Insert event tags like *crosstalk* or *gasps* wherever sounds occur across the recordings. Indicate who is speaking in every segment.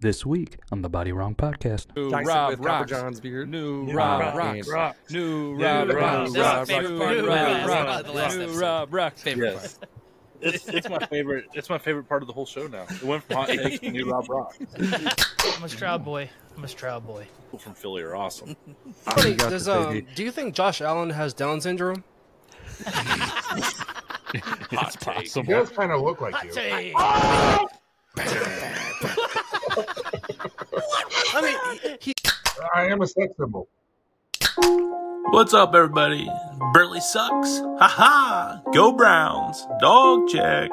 Speaker 1: This week on the Body Wrong Podcast.
Speaker 2: New
Speaker 3: Jackson
Speaker 2: Rob
Speaker 3: with Copper
Speaker 2: rocks.
Speaker 3: John's beard.
Speaker 2: New
Speaker 3: New
Speaker 2: Rob
Speaker 3: Rob
Speaker 2: rocks.
Speaker 3: rocks.
Speaker 2: New
Speaker 3: New
Speaker 2: Rob
Speaker 3: Rob
Speaker 2: rocks.
Speaker 3: rocks. This is my favorite
Speaker 2: New Rob
Speaker 3: part. Wow, that's
Speaker 2: rocks.
Speaker 3: about
Speaker 4: the last
Speaker 2: New
Speaker 4: episode.
Speaker 2: Rob rocks.
Speaker 4: Favorite
Speaker 5: Yes. It's, it's my favorite. It's my favorite part of the whole show now. It went from hot takes to new Rob Rock.
Speaker 6: I'm a Stroud boy. I'm a Stroud boy.
Speaker 5: People from Philly are awesome.
Speaker 3: Funny,
Speaker 1: You got
Speaker 3: does,
Speaker 1: this,
Speaker 3: um,
Speaker 1: baby.
Speaker 3: do you think Josh Allen has Down syndrome?
Speaker 5: Hot takes.
Speaker 7: He does kind of look like you.
Speaker 6: Hey,
Speaker 3: I mean, he,
Speaker 7: I am a sex symbol.
Speaker 8: What's up, everybody? Burtley sucks. Haha! Go Browns. Dog check.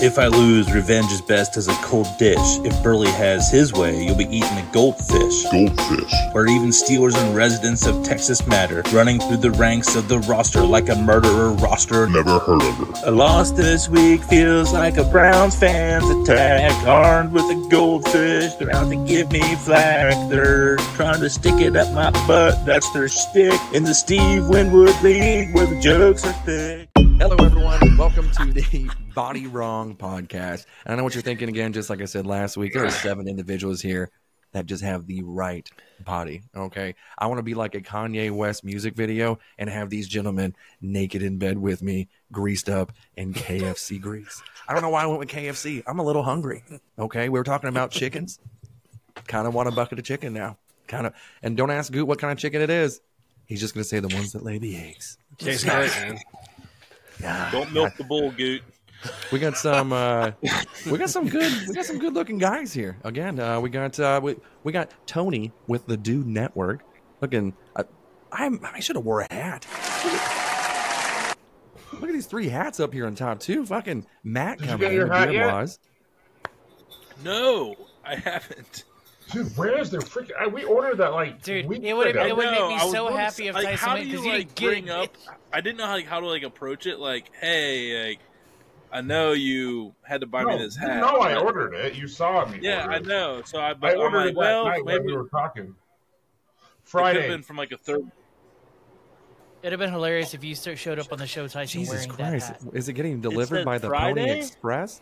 Speaker 9: If I lose, revenge is best as a cold dish. If Burley has his way, you'll be eating a goldfish.
Speaker 10: goldfish,
Speaker 9: Where even Steelers and residents of Texas matter, running through the ranks of the roster like a murderer roster.
Speaker 10: never heard of her.
Speaker 9: A loss this week feels like a Browns fan's attack. Armed with a goldfish, they're out to give me flack. They're trying to stick it up my butt, that's their stick. In the Steve Winwood League, where the jokes are thick.
Speaker 3: hello, everyone. and Welcome to the Body Wrong podcast. And I know what you're thinking again. Just like I said last week, there are seven individuals here that just have the right body. Okay, I want to be like a Kanye West music video and have these gentlemen naked in bed with me, greased up in KFC grease. I don't know why I went with KFC. I'm a little hungry. Okay, we were talking about chickens. Kind of want a bucket of chicken now. Kind of, and don't ask Goot what kind of chicken it is. He's just gonna say the ones that lay the eggs.
Speaker 2: Tastes great, man.
Speaker 3: Yeah.
Speaker 5: Don't milk the bull, Goot.
Speaker 3: We got some. Uh, we got some good. We got some good looking guys here. Again, uh, we got uh, we we got Tony with the Dude Network. Looking, uh, I'm. I should have wore a hat. Look at these three hats up here on top too. Fucking Matt
Speaker 7: Did you
Speaker 3: coming
Speaker 7: get
Speaker 3: in.
Speaker 7: your
Speaker 3: with
Speaker 7: hat
Speaker 3: beard
Speaker 7: yet?
Speaker 3: laws.
Speaker 5: No, I haven't.
Speaker 7: Dude, where's the freaking? I, we ordered that like
Speaker 6: dude,
Speaker 7: weeks
Speaker 6: it would
Speaker 7: ago.
Speaker 6: it would
Speaker 5: No,
Speaker 6: make me
Speaker 5: I was
Speaker 6: so
Speaker 5: wondering-
Speaker 6: happy if
Speaker 5: like,
Speaker 6: Tyson
Speaker 5: how do
Speaker 6: went
Speaker 5: you
Speaker 6: because he
Speaker 5: like
Speaker 6: didn't get
Speaker 5: bring
Speaker 6: it.
Speaker 5: up? I didn't know how, like, how to like approach it. Like, hey, like, I know you had to buy
Speaker 7: no,
Speaker 5: me this hat.
Speaker 7: No, I
Speaker 5: but-
Speaker 7: ordered it. You saw me.
Speaker 5: Yeah,
Speaker 7: order
Speaker 5: I
Speaker 7: it.
Speaker 5: know. So I, but
Speaker 7: I
Speaker 5: I'm
Speaker 7: ordered
Speaker 5: like,
Speaker 7: it
Speaker 5: well,
Speaker 7: that night
Speaker 5: maybe
Speaker 7: when we were talking.
Speaker 5: it could have
Speaker 7: Friday.
Speaker 5: been from like a third.
Speaker 6: It'd have been hilarious if you st- showed up on the show Tyson
Speaker 3: Jesus
Speaker 6: wearing
Speaker 3: Christ!
Speaker 6: that hat.
Speaker 3: Is it getting
Speaker 5: says
Speaker 3: delivered by the Pony
Speaker 5: Friday?
Speaker 3: Express?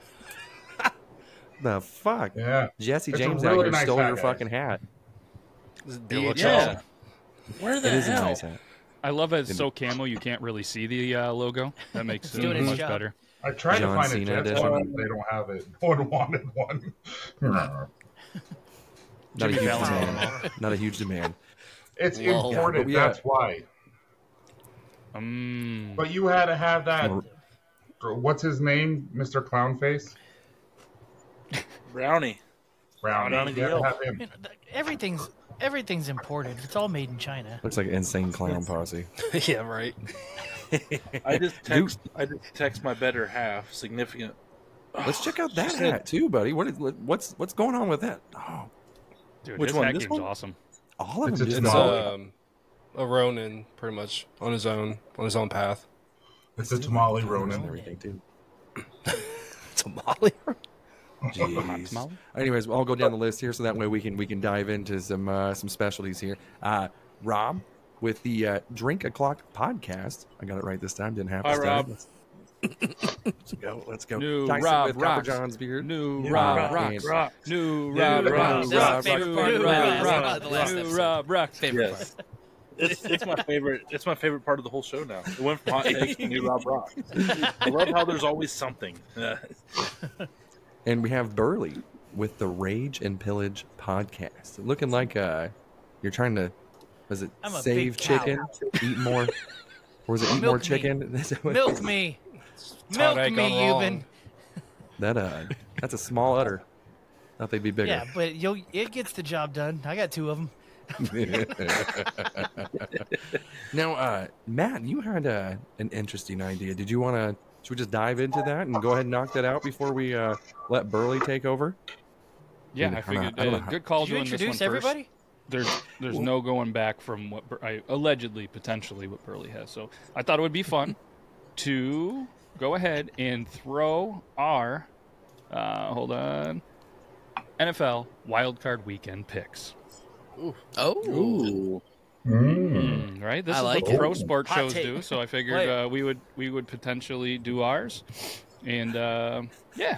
Speaker 3: *laughs* the fuck,
Speaker 7: Yeah.
Speaker 3: Jesse
Speaker 7: It's a
Speaker 3: James out
Speaker 7: really
Speaker 3: here
Speaker 7: nice
Speaker 3: stole
Speaker 7: hat,
Speaker 3: your
Speaker 7: guys.
Speaker 3: fucking hat.
Speaker 2: It looks
Speaker 5: Yeah.
Speaker 2: awesome.
Speaker 5: Where the
Speaker 3: It is a
Speaker 5: hell?
Speaker 3: nice hat.
Speaker 2: I love that
Speaker 3: Didn't-
Speaker 2: it's so camo you can't really see the uh, logo. That makes
Speaker 6: Doing
Speaker 2: it
Speaker 6: its
Speaker 2: much
Speaker 6: job.
Speaker 2: better.
Speaker 7: I tried
Speaker 3: John
Speaker 7: to find
Speaker 3: Cena
Speaker 7: a Jets
Speaker 3: edition.
Speaker 7: one. and They don't have it. *laughs* No one wanted one. *laughs*
Speaker 3: Not
Speaker 2: Jimmy
Speaker 3: a huge
Speaker 2: Fallon's
Speaker 3: demand. Not a huge demand.
Speaker 7: it's
Speaker 4: Lol.
Speaker 3: Yeah, but
Speaker 7: imported.
Speaker 3: we, uh,
Speaker 7: That's why.
Speaker 2: Mm.
Speaker 7: But you had to have that.
Speaker 3: Well-
Speaker 7: What's his name, Mr. Clownface?
Speaker 5: Brownie. Brownie
Speaker 7: Brownie. You had to
Speaker 5: Gill.
Speaker 7: have him.
Speaker 6: Man, th- everything's everything's imported. It's all made in China.
Speaker 3: Looks like insane clown posse.
Speaker 4: *laughs* yeah, right.
Speaker 5: I *laughs* just
Speaker 3: Goot.
Speaker 5: text. I just text my better half. Significant.
Speaker 3: Let's check out that
Speaker 5: She said-
Speaker 3: hat too, buddy. What is what- what's what's going on with that? Oh,
Speaker 2: Dude,
Speaker 5: Which
Speaker 2: this
Speaker 5: one?
Speaker 2: hat
Speaker 5: This
Speaker 2: game's
Speaker 5: one?
Speaker 2: awesome.
Speaker 3: all of
Speaker 7: It's
Speaker 3: them.
Speaker 7: a
Speaker 3: just-
Speaker 7: It's,
Speaker 3: it's,
Speaker 7: Molly.
Speaker 4: um, a Ronin, pretty much on his own, on his own path.
Speaker 7: It's a tamale Ronin.
Speaker 3: and everything too.
Speaker 4: It's a Molly.
Speaker 3: Jeez. Anyways, I'll go down the list here so that way we can we can dive into some uh, some specialties here. Uh, Rob with the uh, Drink O'clock podcast. I got it right this time. Didn't have to
Speaker 5: Hi,
Speaker 3: stutter.
Speaker 5: Rob.
Speaker 3: Let's, *coughs* let's go. Let's go.
Speaker 2: New
Speaker 3: Dyson
Speaker 2: Rob
Speaker 3: with Copper
Speaker 2: rocks.
Speaker 3: John's beard.
Speaker 2: New
Speaker 3: Yeah.
Speaker 2: Rob
Speaker 3: Rob
Speaker 2: rocks.
Speaker 3: rocks.
Speaker 2: New
Speaker 3: Yeah.
Speaker 2: Rob rocks.
Speaker 3: Yeah. That's my
Speaker 4: favorite
Speaker 2: New Rob
Speaker 4: part. That's
Speaker 2: rocks.
Speaker 4: about the last
Speaker 2: New
Speaker 4: episode.
Speaker 2: Rob rocks.
Speaker 4: Favorite
Speaker 5: Yes.
Speaker 4: part.
Speaker 5: It's, it's my favorite. It's my favorite part of the whole show now. It went *laughs* from hot takes to new Rob Rock. I love how there's always something. *laughs* Uh,
Speaker 3: And we have Burley with the Rage and Pillage podcast. Looking like uh, you're trying to, was it
Speaker 6: I'm a
Speaker 3: save
Speaker 6: big cow.
Speaker 3: chicken, eat more, or was it eat
Speaker 6: Milk
Speaker 3: more
Speaker 6: me.
Speaker 3: chicken? *laughs*
Speaker 6: Milk me, milk
Speaker 4: Todd, I
Speaker 6: me,
Speaker 4: gone wrong.
Speaker 6: Euban.
Speaker 3: That uh, that's a small udder. Thought they'd be bigger.
Speaker 6: Yeah, but you'll it gets the job done. I got two of them.
Speaker 3: *laughs* now, uh, Matt, you had uh, an interesting idea. Did you want to? Should we just dive into that and go ahead and knock that out before we uh, let Burley take over?
Speaker 2: Yeah,
Speaker 3: Dude,
Speaker 2: I
Speaker 3: I don't know-
Speaker 2: figured.
Speaker 3: I don't
Speaker 2: Uh,
Speaker 3: know how-
Speaker 2: good call
Speaker 6: Did you
Speaker 2: doing this one
Speaker 6: introduce
Speaker 2: first.
Speaker 6: everybody?
Speaker 2: There's there's no going back from what Bur- I allegedly potentially what Burley has. So I thought it would be fun to go ahead and throw our uh, hold on NFL wildcard weekend picks.
Speaker 4: Oh,
Speaker 7: Mm.
Speaker 2: right, this
Speaker 4: I
Speaker 2: is
Speaker 4: like
Speaker 2: what
Speaker 7: it.
Speaker 2: pro sports
Speaker 6: Hot
Speaker 2: shows
Speaker 6: take.
Speaker 2: do. So I figured
Speaker 6: Play it.
Speaker 2: uh, we would we would potentially do ours. And uh, yeah,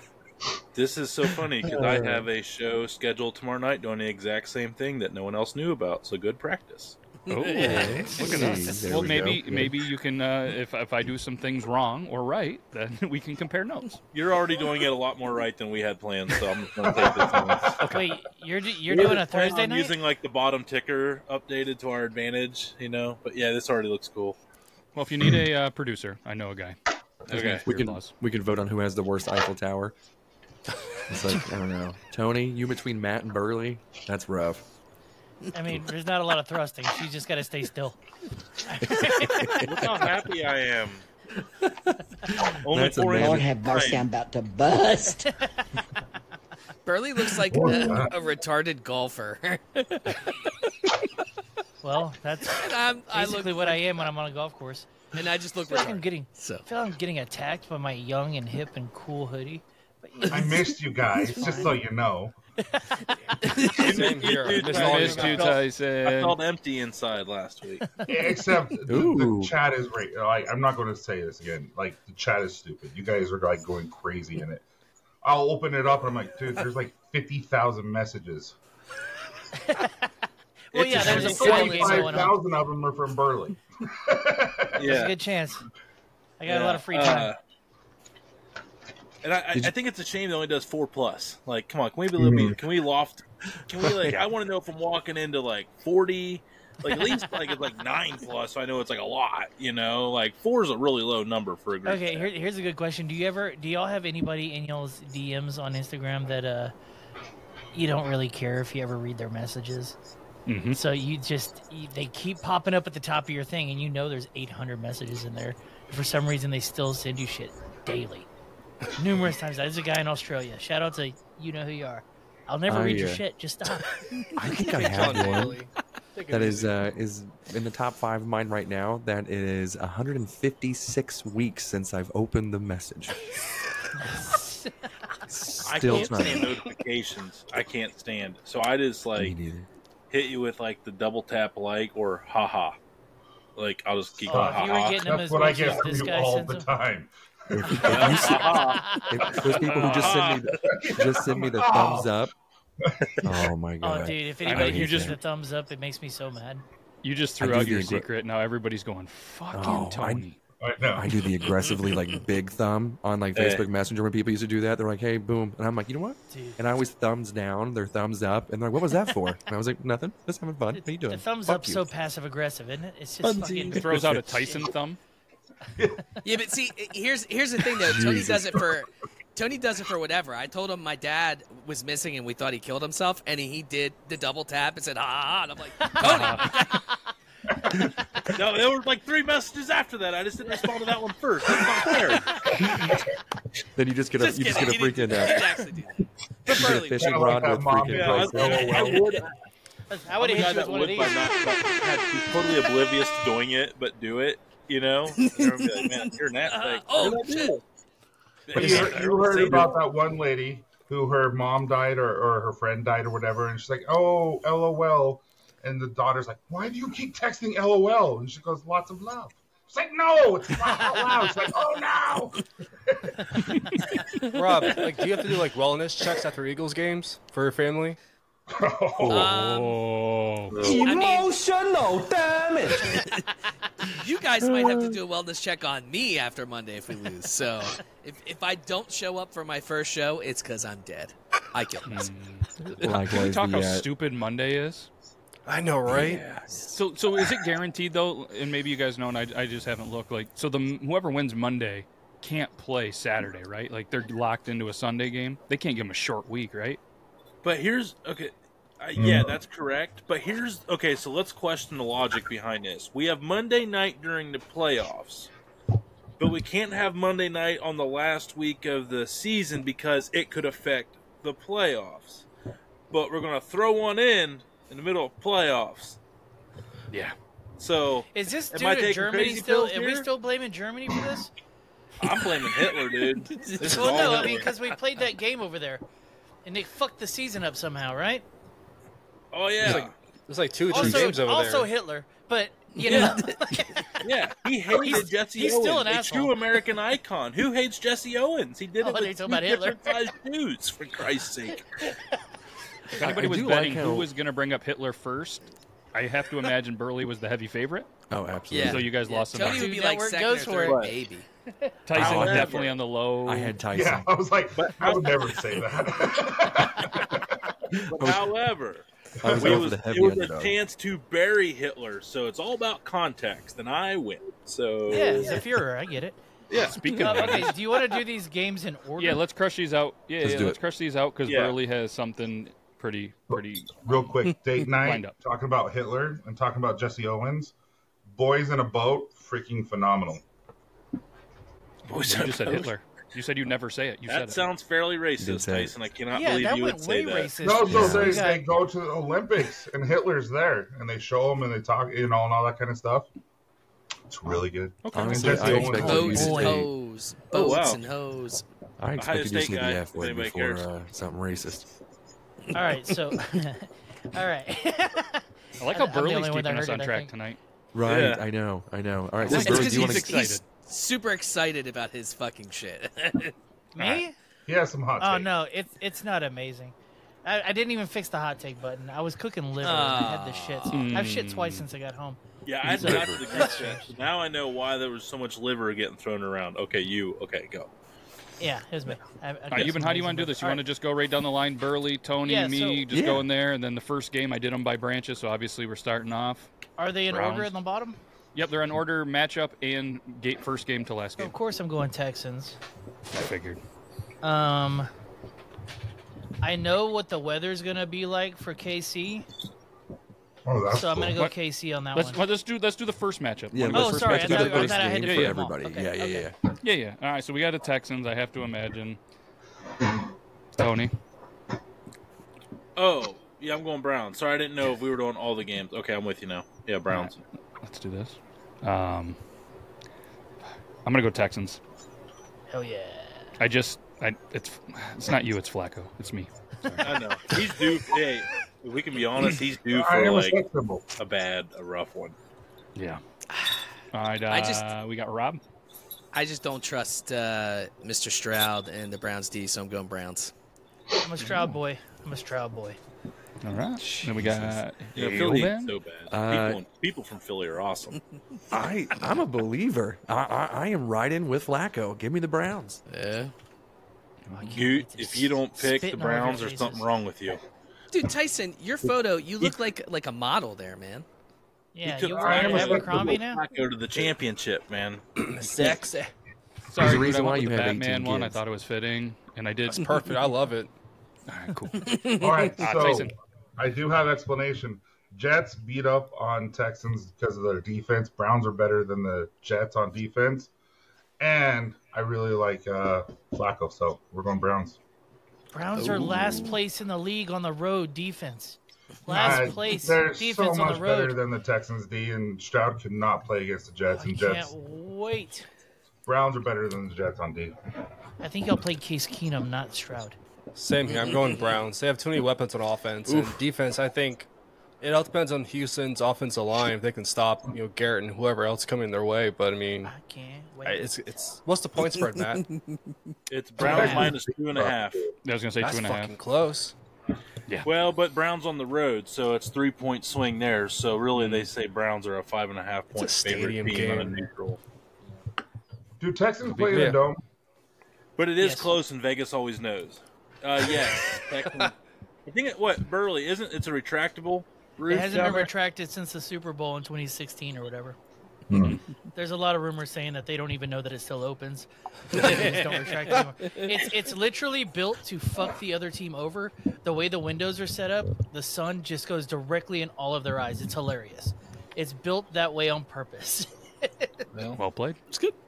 Speaker 5: This is so funny because I have a show scheduled tomorrow night doing the exact same thing that no one else knew about. So good practice.
Speaker 2: oh, look at us.
Speaker 3: There
Speaker 2: Well,
Speaker 3: we
Speaker 2: maybe
Speaker 3: go.
Speaker 2: maybe you can uh, if if I do some things wrong or right, then *laughs* we can compare notes.
Speaker 5: You're already doing it a lot more right than we had planned. So I'm just going to take this one.
Speaker 6: Wait, you're do- you're
Speaker 5: We
Speaker 6: doing
Speaker 5: were
Speaker 6: a
Speaker 5: planning
Speaker 6: Thursday
Speaker 5: on
Speaker 6: night?
Speaker 5: Using like the bottom ticker updated to our advantage, you know. But yeah, this already looks cool.
Speaker 2: Well, if you need a uh, producer, I know a guy. His
Speaker 5: Okay.
Speaker 2: name's
Speaker 3: We
Speaker 2: Beard
Speaker 3: can
Speaker 2: Laws.
Speaker 3: we can vote on who has the worst Eiffel Tower. It's like I don't know, Tony. You between Matt and Burley, that's rough.
Speaker 6: I mean, there's not a lot of thrusting. She's just got to stay still.
Speaker 5: Look how happy I am. *laughs* Only
Speaker 3: That's amazing.
Speaker 5: four
Speaker 10: Lord
Speaker 5: inches.
Speaker 10: have mercy, I'm about to bust.
Speaker 11: Burley looks like
Speaker 7: Or
Speaker 11: a,
Speaker 7: not.
Speaker 11: a retarded golfer. *laughs*
Speaker 6: Well, that's
Speaker 11: and I'm, I look
Speaker 6: basically what I am when I'm on a golf course.
Speaker 11: and I just look
Speaker 6: I feel like I'm
Speaker 11: retarded.
Speaker 6: getting,
Speaker 11: So
Speaker 6: I feel like I'm getting attacked by my young and hip and cool hoodie. But you know,
Speaker 7: I missed you guys, just so you know.
Speaker 4: Same here. I
Speaker 5: Dude,
Speaker 4: missed
Speaker 5: I
Speaker 4: all
Speaker 5: missed
Speaker 4: you
Speaker 5: you.
Speaker 4: guys.
Speaker 5: I felt
Speaker 2: Tyson.
Speaker 5: empty inside last week.
Speaker 7: Except the,
Speaker 3: Ooh.
Speaker 7: the chat is right. Like, I'm not going to say this again. Like the chat is stupid. You guys are like going crazy in it. I'll open it up and I'm like, dude, there's like fifty thousand messages.
Speaker 6: well,
Speaker 5: It's
Speaker 6: yeah,
Speaker 5: a
Speaker 6: there's a
Speaker 11: shame.
Speaker 6: football game
Speaker 7: Forty-five
Speaker 6: going on.
Speaker 7: thousand of them are from Burley.
Speaker 6: There's a
Speaker 5: Yeah,
Speaker 6: good chance. I got
Speaker 5: yeah,
Speaker 6: a lot of free
Speaker 5: uh,
Speaker 6: time.
Speaker 5: and I, I, I think it's a shame it only does four plus. Like, come on, can we be a little bit? Can we loft? Can we like? I want to know if I'm walking into like forty, like at least like it's like nine plus. So I know it's like a lot. You know, like four is a really low number for a group.
Speaker 6: Okay, here, here's a good question. Do you ever do y'all have anybody in y'all's DMs on Instagram that uh you don't really care if you ever read their messages?
Speaker 5: Mm-hmm.
Speaker 2: Mhm.
Speaker 6: So you just you, they keep popping up at the top of your thing, and you know there's 800 messages in there. For some reason, they still send you shit daily, numerous times. There's a guy in Australia. Shout out to you know who you are. I'll never
Speaker 3: Oh,
Speaker 6: read your
Speaker 3: yeah.
Speaker 6: shit. Just
Speaker 5: *laughs*
Speaker 6: stop.
Speaker 3: I think I have one that is uh, is in the top five of mine right now. That it is 156 weeks since I've opened the message.
Speaker 5: *laughs* I
Speaker 3: Still
Speaker 5: can't
Speaker 3: trying.
Speaker 5: stand notifications. I can't stand. it. So I just like
Speaker 3: Me neither.
Speaker 5: hit you with like the double tap like or haha. Like I'll just keep
Speaker 6: Oh,
Speaker 5: on
Speaker 6: if you were
Speaker 5: haha.
Speaker 6: getting them
Speaker 7: That's
Speaker 6: as
Speaker 7: what I
Speaker 6: much
Speaker 7: get
Speaker 6: as
Speaker 7: from
Speaker 6: this
Speaker 7: you
Speaker 6: guy
Speaker 7: all
Speaker 6: sends
Speaker 7: the
Speaker 6: them.
Speaker 7: time.
Speaker 6: *laughs*
Speaker 3: If those people who just send me the,
Speaker 5: *laughs*
Speaker 3: just send me the thumbs up. Oh my
Speaker 6: Oh,
Speaker 3: god!
Speaker 6: dude, if
Speaker 2: know,
Speaker 6: anybody
Speaker 2: you
Speaker 6: gives
Speaker 2: just-
Speaker 6: the thumbs up, it makes me so mad.
Speaker 2: You just
Speaker 3: I
Speaker 2: threw
Speaker 3: do
Speaker 2: out
Speaker 3: the
Speaker 2: your
Speaker 3: aggr-
Speaker 2: secret. Now everybody's going, "Fucking
Speaker 3: Oh, I-
Speaker 2: Tony."
Speaker 7: I know.
Speaker 3: I do the aggressively like big thumb on like
Speaker 5: Eh.
Speaker 3: Facebook Messenger when people used to do that. They're like, "Hey, boom," and I'm like, "You know what?"
Speaker 6: Dude.
Speaker 3: And I always thumbs down, their thumbs up, and they're like, "What was that
Speaker 5: *laughs*
Speaker 3: for?" And I was like, "Nothing. Just having fun. What are you doing?"
Speaker 6: The thumbs
Speaker 3: Fuck
Speaker 6: up
Speaker 3: you."
Speaker 6: so passive aggressive, isn't it? It's just fucking. *laughs*
Speaker 2: He throws out a Tyson thumb.
Speaker 11: Yeah, but see, here's here's the thing though. Tony does it for Tony does it for whatever. I told him my dad was missing and we thought he killed himself, and he did the double tap and said ha ha. ha," And I'm like, Tony,
Speaker 5: No, there were like three messages after that. I just didn't respond to that one first. That's not fair.
Speaker 3: Then you just get a
Speaker 11: just
Speaker 3: you just get
Speaker 11: kidding.
Speaker 3: a
Speaker 11: He
Speaker 3: freaking
Speaker 11: didn't-
Speaker 3: uh,
Speaker 11: he didn't actually do that. But
Speaker 3: you get a
Speaker 11: Burley,
Speaker 3: fishing
Speaker 7: Yeah, like
Speaker 3: rod
Speaker 7: that
Speaker 3: with
Speaker 7: mom-
Speaker 3: freaking
Speaker 5: Yeah, I,
Speaker 3: price tag.
Speaker 5: I, I would.
Speaker 6: I would
Speaker 5: I'm a guy
Speaker 6: have hit you with
Speaker 5: that
Speaker 6: one of
Speaker 5: would
Speaker 6: these.
Speaker 5: by not but have to be totally oblivious to doing it, but do it. You know, Everyone would be like, man, you're an
Speaker 6: Uh-huh.
Speaker 5: ass.
Speaker 11: Oh,
Speaker 7: But you, you heard about that one lady who her mom died or, or her friend died or whatever, and she's like, "Oh, LOL," and the daughter's like, "Why do you keep texting LOL?" And she goes, "Lots of love." She's like, "No, it's not out loud." She's like, "Oh no!"
Speaker 4: Rob, like, do you have to do like wellness checks after Eagles games for your family?
Speaker 7: *laughs*
Speaker 11: um,
Speaker 2: Oh,
Speaker 11: *laughs* I mean, you guys might have to do a wellness check on me after Monday if we lose. So if if I don't show up for my first show, it's because I'm dead. I killed
Speaker 2: Hmm.
Speaker 11: myself.
Speaker 2: can we
Speaker 3: Likewise,
Speaker 2: talk
Speaker 3: the,
Speaker 2: how
Speaker 3: uh,
Speaker 2: stupid Monday is?
Speaker 4: I know, right?
Speaker 2: So, so is it guaranteed though? And maybe you guys know, and I, I just haven't looked. Like, so the whoever wins Monday can't play Saturday, right? Like they're locked into a Sunday game. They can't give them a short week, right?
Speaker 5: But here's okay. Uh, yeah, that's correct. But here's okay. So let's question the logic behind this. We have Monday night during the playoffs, but we can't have Monday night on the last week of the season because it could affect the playoffs. But we're gonna throw one in in the middle of playoffs.
Speaker 2: Yeah.
Speaker 5: So
Speaker 6: Is this
Speaker 5: Am
Speaker 6: due
Speaker 5: I
Speaker 6: to
Speaker 5: taking
Speaker 6: Germany
Speaker 5: crazy
Speaker 6: still?
Speaker 5: pills
Speaker 6: Are we
Speaker 5: here?
Speaker 6: still blaming Germany for this?
Speaker 5: I'm blaming Hitler, dude. *laughs*
Speaker 6: *laughs*
Speaker 5: This is
Speaker 6: well,
Speaker 5: all
Speaker 6: no, I mean
Speaker 5: Hitler.
Speaker 6: because we played that game over there, and they fucked the season up somehow, right?
Speaker 5: oh yeah.
Speaker 4: There's like two or three
Speaker 6: Also,
Speaker 4: games over
Speaker 6: also
Speaker 5: *laughs*
Speaker 4: there.
Speaker 6: Hitler, but you know, *laughs*
Speaker 5: Yeah, he hated
Speaker 6: Oh, He's-
Speaker 5: Jesse
Speaker 6: he's
Speaker 5: Owens.
Speaker 6: still an
Speaker 5: a
Speaker 6: asshole.
Speaker 5: true American icon. Who hates Jesse Owens? He did
Speaker 6: Oh,
Speaker 5: it
Speaker 6: they
Speaker 5: with two
Speaker 6: talking about Hitler?
Speaker 5: different sized dudes, for Christ's
Speaker 3: *laughs*
Speaker 5: sake.
Speaker 2: If anybody
Speaker 3: I
Speaker 2: was
Speaker 3: do like
Speaker 2: betting
Speaker 3: how-
Speaker 2: who was going to bring up Hitler first, I have to imagine Burley was the heavy favorite.
Speaker 3: Oh, absolutely.
Speaker 2: So you guys lost some.
Speaker 11: Tony would
Speaker 2: money.
Speaker 11: be like
Speaker 6: Network
Speaker 11: second
Speaker 6: goes
Speaker 11: or
Speaker 6: for it.
Speaker 11: third, maybe.
Speaker 2: Tyson
Speaker 3: Oh, I
Speaker 2: was
Speaker 3: had-
Speaker 2: definitely on the low.
Speaker 3: I had Tyson.
Speaker 7: Yeah, I was like, I would never say that. *laughs*
Speaker 3: I was-
Speaker 5: However,
Speaker 3: I was
Speaker 5: we
Speaker 3: going
Speaker 5: was-
Speaker 3: for the
Speaker 5: it
Speaker 3: heavy
Speaker 5: was a
Speaker 3: underdog.
Speaker 5: chance to bury Hitler, so it's all about context, and I win. So
Speaker 6: Yeah, it's a Fuhrer. I get it.
Speaker 3: *laughs*
Speaker 2: Speaking
Speaker 6: Uh,
Speaker 2: of,
Speaker 6: okay, do you want to do these games in order?
Speaker 2: yeah, let's crush these out. Yeah,
Speaker 3: Let's
Speaker 2: yeah,
Speaker 3: do
Speaker 2: let's
Speaker 3: it.
Speaker 2: crush these out because
Speaker 5: Yeah.
Speaker 2: Burley has something pretty,
Speaker 3: *laughs*
Speaker 2: pretty.
Speaker 7: Real quick, date night,
Speaker 2: Lined up.
Speaker 7: talking about Hitler and talking about Jesse Owens. Boys in a boat, freaking phenomenal.
Speaker 2: You just said Hitler. You said you'd never say it. You
Speaker 5: That
Speaker 2: said
Speaker 5: sounds fairly
Speaker 3: did
Speaker 5: racist,
Speaker 3: say it.
Speaker 5: Tyson. I cannot
Speaker 6: yeah,
Speaker 5: believe
Speaker 6: that
Speaker 5: you
Speaker 6: went
Speaker 5: would
Speaker 6: way
Speaker 5: say that.
Speaker 6: racist.
Speaker 7: No, so
Speaker 3: Yeah.
Speaker 7: they,
Speaker 6: We got-
Speaker 7: they go to the Olympics and Hitler's there and they show him and they talk, you know, and all that kind of stuff. It's really good.
Speaker 3: Honestly,
Speaker 7: Jesse
Speaker 3: I
Speaker 7: Owens.
Speaker 2: Oh,
Speaker 3: expected you to
Speaker 11: Boats and
Speaker 3: say,
Speaker 11: hoes.
Speaker 5: Oh,
Speaker 11: Boats
Speaker 5: wow.
Speaker 11: and hoes.
Speaker 3: I expected you to
Speaker 5: State
Speaker 3: say the
Speaker 5: guy,
Speaker 3: F
Speaker 5: if
Speaker 3: word
Speaker 5: anybody
Speaker 3: before
Speaker 5: cares.
Speaker 3: uh, something racist.
Speaker 6: All right, so. *laughs* All right. *laughs*
Speaker 2: it. I like how
Speaker 6: I'm the only
Speaker 2: Burley's
Speaker 6: one that
Speaker 2: keeping us
Speaker 6: heard
Speaker 2: on
Speaker 6: it, I
Speaker 2: track
Speaker 6: think.
Speaker 2: tonight.
Speaker 3: Right,
Speaker 5: Yeah.
Speaker 3: I know, I know. All
Speaker 2: Well,
Speaker 3: right, so
Speaker 11: It's
Speaker 2: it's
Speaker 3: Burley,
Speaker 2: because
Speaker 3: do you want
Speaker 11: he's,
Speaker 2: ex-
Speaker 3: to?
Speaker 2: excited.
Speaker 11: he's super excited about his fucking shit. *laughs*
Speaker 6: Me?
Speaker 7: He has some hot
Speaker 6: Oh
Speaker 7: takes.
Speaker 6: no, it's it's not amazing. I, I didn't even fix the hot take button. I was cooking liver. and I had the
Speaker 2: Ah.
Speaker 6: shit. I've shit twice since I got home.
Speaker 5: Yeah, I got to the group chat. so Now I know why there was so much liver getting thrown around. Okay, you. Okay, go.
Speaker 6: Yeah, it was me. I, I
Speaker 2: All right, Eben, how do uh, you want to do this? You want to just go right down the line, Burley, Tony,
Speaker 6: Yeah,
Speaker 2: me,
Speaker 6: so-
Speaker 2: just
Speaker 3: Yeah.
Speaker 2: go in there, and then the first game I did them by branches, so obviously we're starting off.
Speaker 6: Are they in order
Speaker 2: rounds?
Speaker 6: in the bottom?
Speaker 2: Yep, they're in order, matchup, and gate first game to last game.
Speaker 6: Of course, I'm going Texans. Oh,
Speaker 2: I figured.
Speaker 6: Um, I know what the weather's gonna be like for KC,
Speaker 7: Oh, that's
Speaker 6: so I'm gonna
Speaker 7: cool.
Speaker 6: go
Speaker 2: What?
Speaker 6: KC on that
Speaker 2: Let's
Speaker 6: one.
Speaker 2: well, let's do let's do the first matchup.
Speaker 3: Yeah,
Speaker 2: One-
Speaker 6: Oh,
Speaker 3: the first
Speaker 6: sorry,
Speaker 3: match
Speaker 6: I
Speaker 3: to
Speaker 6: thought-
Speaker 3: the
Speaker 6: I
Speaker 3: first
Speaker 6: thought I had
Speaker 3: game
Speaker 6: to
Speaker 3: for
Speaker 6: pick them all.
Speaker 3: everybody.
Speaker 6: Okay,
Speaker 3: yeah, yeah,
Speaker 6: okay.
Speaker 3: yeah.
Speaker 2: yeah, yeah. All right, so we got a Texans. I have to imagine. Tony,
Speaker 5: Oh, yeah, I'm going Browns. Sorry, I didn't know if we were doing all the games. Okay, I'm with you now. Yeah, Browns.
Speaker 2: let's do this. Um, I'm gonna go Texans.
Speaker 6: Hell yeah!
Speaker 2: I just, I it's it's not you, it's Flacco, it's me.
Speaker 5: I know. He's due. Hey, if we can be honest, he's due
Speaker 7: I
Speaker 5: for
Speaker 7: am
Speaker 5: like
Speaker 6: *laughs*
Speaker 7: respectable.
Speaker 5: a bad, a rough one.
Speaker 2: Yeah. *sighs* All right. Uh,
Speaker 11: I just-
Speaker 2: we got Rob.
Speaker 11: I just don't trust uh, Mr. Stroud and the Browns D, so I'm going Browns.
Speaker 6: I'm a Stroud boy. I'm a Stroud boy.
Speaker 2: All right. Then we got
Speaker 5: Yeah, Philly
Speaker 2: Ailman.
Speaker 5: ain't so bad.
Speaker 3: Uh,
Speaker 5: people, people from Philly are awesome.
Speaker 3: *laughs* I, I'm a believer. I, I, I am right in with Flacco. Give me the Browns.
Speaker 11: Yeah.
Speaker 5: You, if you don't pick the
Speaker 6: Spitting all over
Speaker 5: Browns,
Speaker 6: your
Speaker 5: there's something
Speaker 6: faces.
Speaker 5: wrong with you.
Speaker 11: Dude, Tyson, your photo, you look like like a model there, man.
Speaker 6: Yeah,
Speaker 5: took
Speaker 6: you
Speaker 5: Ryan
Speaker 6: were at
Speaker 7: Mosler to
Speaker 6: Abercrombie now.
Speaker 5: Go to the championship, man.
Speaker 11: Sexy.
Speaker 2: Sorry,
Speaker 3: There's a
Speaker 2: dude,
Speaker 3: reason
Speaker 2: I went
Speaker 3: why
Speaker 2: with
Speaker 3: you
Speaker 2: the
Speaker 3: have 18
Speaker 2: Batman one. I
Speaker 3: kids.
Speaker 2: thought it was fitting, and I *laughs* did.
Speaker 4: It's perfect. I love it.
Speaker 2: All right, cool.
Speaker 7: All right,
Speaker 2: Ah,
Speaker 7: so
Speaker 2: Tyson.
Speaker 7: I do have explanation. Jets beat up on Texans because of their defense. Browns are better than the Jets on defense, and I really like uh, Flacco, so we're going Browns.
Speaker 6: Browns are last place in the league on the road defense. Last
Speaker 7: Uh,
Speaker 6: place
Speaker 7: They're so
Speaker 6: defense
Speaker 7: much
Speaker 6: on the
Speaker 7: better
Speaker 6: road.
Speaker 7: than the Texans D, and Stroud could not play against the Jets.
Speaker 6: I
Speaker 7: And
Speaker 6: can't
Speaker 7: Jets
Speaker 6: wait.
Speaker 7: Browns are better than the Jets on D.
Speaker 6: I think I'll play Case Keenum, not Stroud.
Speaker 4: Same here. I'm going Browns. They have too many weapons on offense and defense. I think it all depends on Houston's offensive line if they can stop you know Garrett and whoever else coming their way. But I mean,
Speaker 6: I can't
Speaker 4: I-
Speaker 6: wait.
Speaker 4: it's it's what's the point spread, Matt?
Speaker 5: It's Browns
Speaker 6: Yeah.
Speaker 5: minus two and a half.
Speaker 2: I was gonna say
Speaker 4: That's
Speaker 2: two and a half.
Speaker 4: fucking close.
Speaker 5: Well, but Browns on the road, so it's three point swing there. So really, they say Browns are a five and a half point
Speaker 4: a
Speaker 5: favorite
Speaker 4: stadium
Speaker 5: team on a
Speaker 4: game.
Speaker 5: neutral.
Speaker 7: Do Texans play in the
Speaker 4: yeah.
Speaker 7: dome?
Speaker 5: But it is
Speaker 6: Yes.
Speaker 5: close, and Vegas always knows. Uh, yeah, Texans- I think it, what Burley isn't. It's a retractable roof.
Speaker 6: It hasn't
Speaker 5: down
Speaker 6: been
Speaker 5: there?
Speaker 6: retracted since the Super Bowl in 2016 or whatever.
Speaker 7: Hmm.
Speaker 6: There's a lot of rumors saying that they don't even know that it still
Speaker 7: *laughs*
Speaker 6: opens. They just don't retract anymore. It's it's literally built to fuck the other team over. The way the windows are set up, the sun just goes directly in all of their eyes. It's hilarious. It's built that way on purpose. *laughs*
Speaker 2: Well played.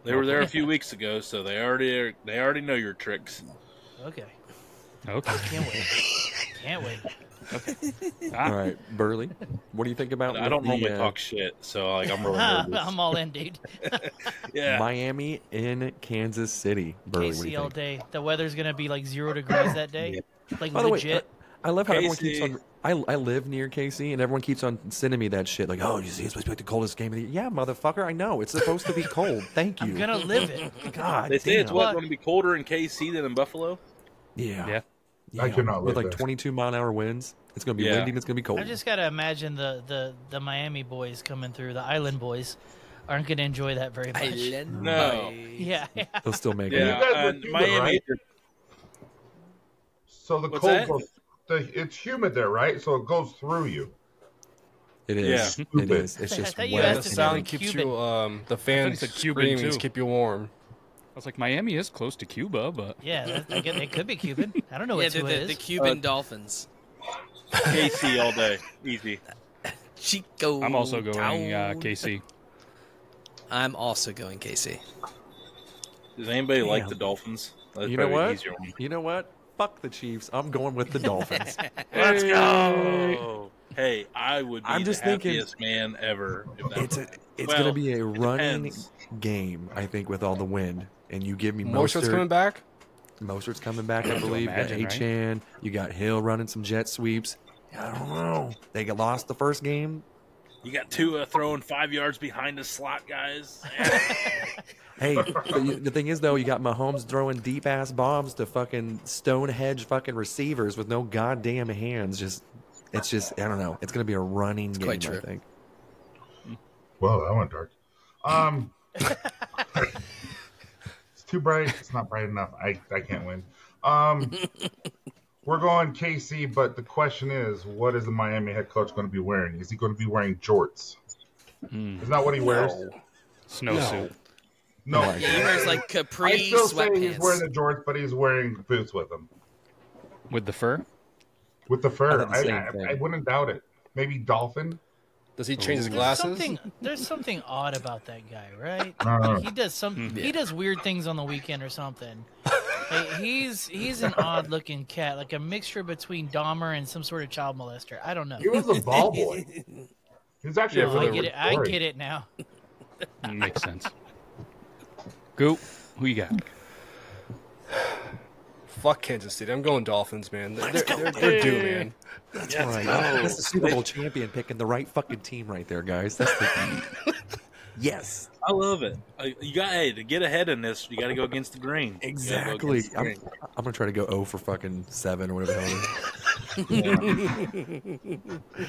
Speaker 5: They were there a few weeks ago, so they already are, they already know your tricks.
Speaker 6: Okay,
Speaker 2: Okay.
Speaker 6: can't wait. Can't wait.
Speaker 3: Ah. All right, Burley. What do you think about
Speaker 5: I don't
Speaker 3: the,
Speaker 5: normally
Speaker 3: uh,
Speaker 5: talk shit, so like
Speaker 6: *laughs*
Speaker 5: I'm really nervous.
Speaker 6: I'm all in, dude.
Speaker 5: yeah,
Speaker 3: Miami in Kansas City? Burley, what do
Speaker 6: KC
Speaker 3: you
Speaker 6: all
Speaker 3: think?
Speaker 6: day. The weather's gonna be like zero degrees that day. Like
Speaker 3: By the way,
Speaker 6: legit.
Speaker 3: uh, I love how everyone keeps
Speaker 5: KC.
Speaker 3: on. I, I live near KC and everyone keeps on sending me that shit. Like, oh, you see, it's supposed to be the coldest game of the year. Yeah, motherfucker, I know. It's supposed to be
Speaker 6: *laughs*
Speaker 3: cold. Thank you.
Speaker 6: I'm gonna live it.
Speaker 3: God
Speaker 5: They say it's
Speaker 3: damn.
Speaker 5: what going to be colder in KC than in Buffalo.
Speaker 3: Yeah.
Speaker 2: Yeah.
Speaker 7: I cannot
Speaker 3: With
Speaker 7: live
Speaker 3: like
Speaker 7: there.
Speaker 3: 22 mile an hour winds. It's going to be
Speaker 5: Yeah.
Speaker 3: windy and it's going to be cold.
Speaker 6: I just gotta imagine the, the the Miami boys coming through. The Island boys aren't gonna enjoy that very much.
Speaker 11: Island
Speaker 5: No.
Speaker 11: boys.
Speaker 6: *laughs* Yeah.
Speaker 3: They'll still
Speaker 5: *laughs*
Speaker 3: make
Speaker 5: Yeah,
Speaker 3: it.
Speaker 7: guys were
Speaker 5: and
Speaker 7: human,
Speaker 5: Miami.
Speaker 7: right? So the
Speaker 5: What's
Speaker 7: cold
Speaker 5: that?
Speaker 7: goes. The, it's humid there, right? So it goes through you.
Speaker 3: It is. It is. It's
Speaker 6: *laughs* I
Speaker 3: just
Speaker 6: thought you
Speaker 3: wet
Speaker 4: Yeah,
Speaker 6: asked
Speaker 4: the
Speaker 3: and
Speaker 6: if
Speaker 4: sound
Speaker 6: it
Speaker 4: keeps
Speaker 6: Cuban.
Speaker 4: you. Um, the fans
Speaker 2: said Cuban,
Speaker 4: screaming
Speaker 2: too.
Speaker 4: keep you warm.
Speaker 2: I was like, Miami is close to Cuba, but
Speaker 6: *laughs* Yeah, that, I guess it could be Cuban. I don't know
Speaker 11: Yeah,
Speaker 6: what
Speaker 11: the,
Speaker 6: Tua
Speaker 11: the,
Speaker 6: is.
Speaker 11: the Cuban Dolphins.
Speaker 5: KC all day, easy.
Speaker 11: Chico.
Speaker 2: I'm also going uh,
Speaker 11: Town.
Speaker 2: KC.
Speaker 11: I'm also going KC.
Speaker 5: Does anybody like the Dolphins? That's
Speaker 3: You know
Speaker 5: probably an
Speaker 3: what?
Speaker 5: easier one.
Speaker 3: You know what? Fuck the Chiefs. I'm going
Speaker 6: *laughs*
Speaker 3: with the Dolphins.
Speaker 5: Let's go. Hey, I would be
Speaker 3: I'm
Speaker 5: the
Speaker 3: just thinking-
Speaker 5: happiest man ever. If that
Speaker 3: it's a, it's
Speaker 5: Well,
Speaker 3: going to be a running
Speaker 5: depends.
Speaker 3: game, I think, with all the wind. And you give me
Speaker 4: Mostert's
Speaker 3: Mostert-
Speaker 4: coming back.
Speaker 3: Mostert's coming back, I believe.
Speaker 2: imagine,
Speaker 3: you got
Speaker 2: right?
Speaker 3: Achan. You got Hill running some jet sweeps. I don't know. They got lost the first game.
Speaker 5: you got Tua throwing five yards behind the slot, guys.
Speaker 2: *laughs*
Speaker 3: Hey, the, the thing is though, you got Mahomes throwing deep ass bombs to fucking Stonehenge fucking receivers with no goddamn hands. Just, it's just, I don't know. It's gonna be a running game.
Speaker 11: quite
Speaker 3: I
Speaker 11: true.
Speaker 3: think.
Speaker 7: Well, that went dark. Um, it's too bright. It's not bright enough. I, I can't win. Um, we're going KC, but the question is, what is the Miami head coach going to be wearing? Is he going to be wearing jorts? Is that what he wears?
Speaker 2: Snowsuit.
Speaker 7: No.
Speaker 11: Yeah, he wears like
Speaker 7: I
Speaker 11: *laughs* capri
Speaker 7: still say he's wearing
Speaker 11: sweatpants.
Speaker 7: the jorts, but he's wearing boots with him.
Speaker 2: With the fur?
Speaker 7: With the fur.
Speaker 3: thought the
Speaker 7: I,
Speaker 3: same
Speaker 7: I,
Speaker 3: thing.
Speaker 7: I wouldn't doubt it. Maybe dolphin.
Speaker 4: Does he change his
Speaker 6: There's
Speaker 4: glasses?
Speaker 6: something. There's something odd about that guy, right?
Speaker 7: I don't know.
Speaker 6: He does some. He does weird things on the weekend or something. Like, he's he's an odd looking cat, like a mixture between Dahmer and some sort of child molester. I don't know.
Speaker 7: He was a
Speaker 3: *laughs*
Speaker 7: ball boy. He's actually
Speaker 4: Yeah,
Speaker 7: a
Speaker 4: for
Speaker 6: I
Speaker 7: really
Speaker 4: the
Speaker 6: get
Speaker 7: good
Speaker 6: it. I
Speaker 7: story.
Speaker 6: get it now.
Speaker 2: Makes sense. Goop, who you got?
Speaker 4: Fuck Kansas City. I'm going Dolphins, man. They're, they're, they're, they're due, man.
Speaker 3: That's right. That's the Super Bowl champion picking the right fucking team right there, guys. That's the
Speaker 2: *laughs*
Speaker 3: yes,
Speaker 5: I love it. Uh, You got hey to get ahead in this, you got to go against the grain. You gotta go
Speaker 3: exactly.
Speaker 5: against the
Speaker 3: I'm,
Speaker 5: grain.
Speaker 3: I'm gonna try to go zero for fucking seven or whatever. The hell it is.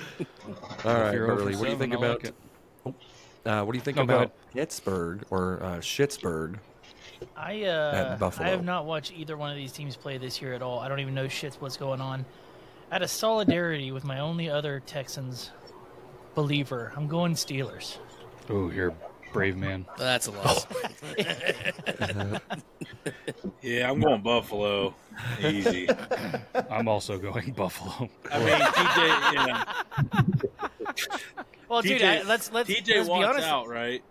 Speaker 3: All right,
Speaker 2: you're 0 for
Speaker 3: Burley. What do you
Speaker 2: seven,
Speaker 3: think
Speaker 2: I like
Speaker 3: about?
Speaker 2: it.
Speaker 3: uh, what do you think
Speaker 2: No, go
Speaker 3: about Pittsburgh or uh, Schittsburg?
Speaker 6: I uh,
Speaker 3: At Buffalo.
Speaker 6: I have not watched either one of these teams play this year at all. I don't even know shit what's going on. Out of solidarity with my only other Texans believer, I'm going Steelers.
Speaker 2: Oh, you're a brave man.
Speaker 11: Oh, that's a loss.
Speaker 5: Yeah, I'm going Buffalo. Easy.
Speaker 2: I'm also going *laughs* Buffalo.
Speaker 5: I mean, TJ, yeah,
Speaker 6: Well,
Speaker 5: TJ
Speaker 6: dude, I, let's let's,
Speaker 5: TJ
Speaker 6: let's be
Speaker 5: walks
Speaker 6: honest.
Speaker 5: out, right?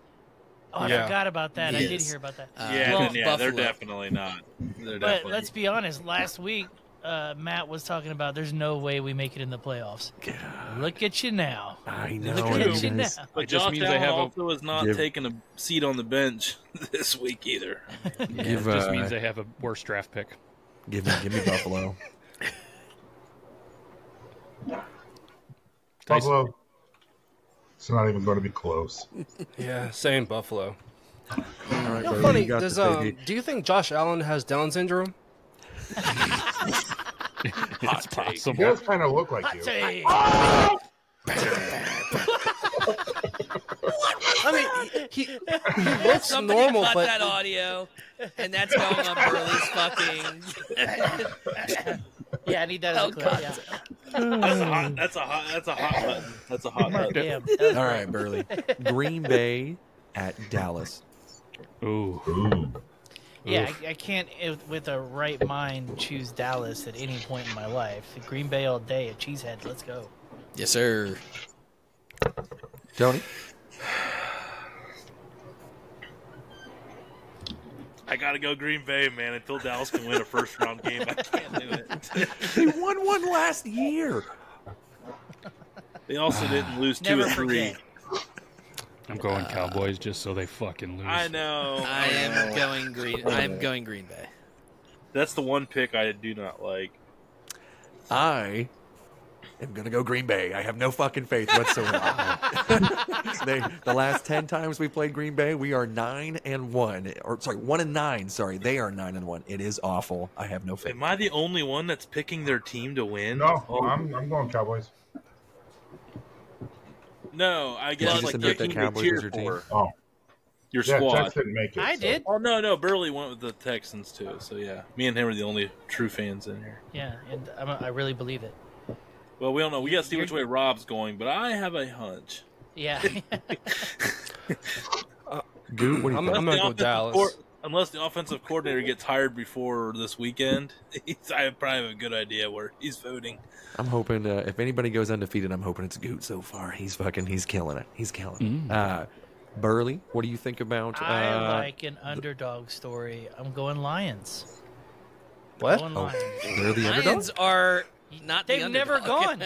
Speaker 6: Oh, I
Speaker 4: Yeah.
Speaker 6: forgot about that. I did
Speaker 11: Yes.
Speaker 6: hear about that.
Speaker 11: Uh,
Speaker 5: yeah,
Speaker 6: well,
Speaker 5: then, yeah, they're
Speaker 11: Buffalo.
Speaker 5: definitely not. They're
Speaker 6: but
Speaker 5: definitely.
Speaker 6: let's be honest. Last week, uh, Matt was talking about there's no way we make it in the playoffs. Look at you now.
Speaker 3: I
Speaker 6: Look
Speaker 5: Oh,
Speaker 6: at
Speaker 5: it
Speaker 6: you now.
Speaker 3: guys.
Speaker 5: but
Speaker 2: It just
Speaker 5: Josh
Speaker 2: means they
Speaker 5: Allen
Speaker 2: have a-
Speaker 5: also is not
Speaker 3: Give-
Speaker 5: taking a seat on the bench *laughs* this week either.
Speaker 3: Give,
Speaker 2: it just
Speaker 3: uh,
Speaker 2: means they have a worse draft pick.
Speaker 3: Give me, give me *laughs* Buffalo.
Speaker 2: Tyson.
Speaker 7: Buffalo. It's not even going to be close.
Speaker 4: Yeah, same Buffalo.
Speaker 3: All right,
Speaker 4: No,
Speaker 3: Burley,
Speaker 4: funny.
Speaker 3: you got
Speaker 4: Does
Speaker 3: the
Speaker 4: um,
Speaker 3: baby.
Speaker 4: do you think Josh Allen has Down syndrome?
Speaker 2: It's
Speaker 7: He
Speaker 2: possible.
Speaker 7: does kind of look like you.
Speaker 6: Hey,
Speaker 4: I mean, he, he looks
Speaker 11: *laughs* Somebody
Speaker 4: normal,
Speaker 11: cut
Speaker 4: but
Speaker 11: that audio, and that's going on *laughs* Burley's fucking.
Speaker 6: yeah, I need that as a
Speaker 11: Oh,
Speaker 6: clip. Yeah.
Speaker 3: *laughs*
Speaker 5: That's a hot. That's a hot. That's a hot button. That's a hot button.
Speaker 6: Damn.
Speaker 3: All right, Burley. Green Bay at Dallas.
Speaker 2: Ooh.
Speaker 7: Ooh.
Speaker 6: Yeah, I, I can't eh, with a right mind choose Dallas at any point in my life. Green Bay all day, a cheesehead. Let's go.
Speaker 11: Yes, sir.
Speaker 3: Tony.
Speaker 5: I gotta go Green Bay, man. Until Dallas can win a first round game, I can't do it.
Speaker 3: They won one last year.
Speaker 5: They also didn't lose two
Speaker 6: Never
Speaker 5: or three.
Speaker 6: forget.
Speaker 2: I'm
Speaker 5: Uh,
Speaker 2: going Cowboys just so they fucking lose.
Speaker 5: I know.
Speaker 11: I am Oh, going Green. I am going Green Bay.
Speaker 5: That's the one pick I do not like.
Speaker 3: I am gonna go Green Bay. I have no fucking faith *laughs* whatsoever. they, the last ten times we played Green Bay, we are nine and one, or sorry, one and nine. Sorry, they are nine and one. It is awful. I have no faith.
Speaker 5: Am I the only one that's picking their team to win? Oh,
Speaker 7: No, I'm, I'm going Cowboys.
Speaker 5: No, I
Speaker 3: you
Speaker 5: guess
Speaker 3: just
Speaker 5: like
Speaker 3: admit
Speaker 5: the
Speaker 3: that
Speaker 5: team you
Speaker 3: Cowboys
Speaker 5: cheer
Speaker 3: is your team?
Speaker 5: for.
Speaker 7: Oh.
Speaker 5: Your
Speaker 7: Yeah,
Speaker 5: squad.
Speaker 7: Tex didn't make it.
Speaker 6: I did.
Speaker 5: Oh no, no, Burley went with the Texans too. So yeah, me and him are the only true fans in here.
Speaker 6: Yeah, and I'm, I really believe it.
Speaker 5: Well, we don't know. We gotta see which way Rob's going, but I have a hunch.
Speaker 6: Yeah.
Speaker 3: *laughs*
Speaker 6: *laughs*
Speaker 3: Goot, what do you
Speaker 4: I'm,
Speaker 3: think?
Speaker 5: The
Speaker 4: I'm gonna go
Speaker 5: offensive
Speaker 4: Dallas.
Speaker 5: coor- unless the offensive coordinator gets hired before this weekend, *laughs* he's, I probably have a good idea where he's voting.
Speaker 3: I'm hoping uh, if anybody goes undefeated, I'm hoping it's Goot so far. He's fucking, he's killing it. He's killing
Speaker 5: Mm.
Speaker 3: it. Uh, Burley, what do you think about?
Speaker 6: I
Speaker 3: uh,
Speaker 6: like an underdog story. I'm going Lions.
Speaker 4: What?
Speaker 6: Going
Speaker 3: Oh,
Speaker 6: Lions.
Speaker 3: they're the underdog.
Speaker 11: Lions are not. the
Speaker 6: They've never
Speaker 11: underdog.
Speaker 6: gone.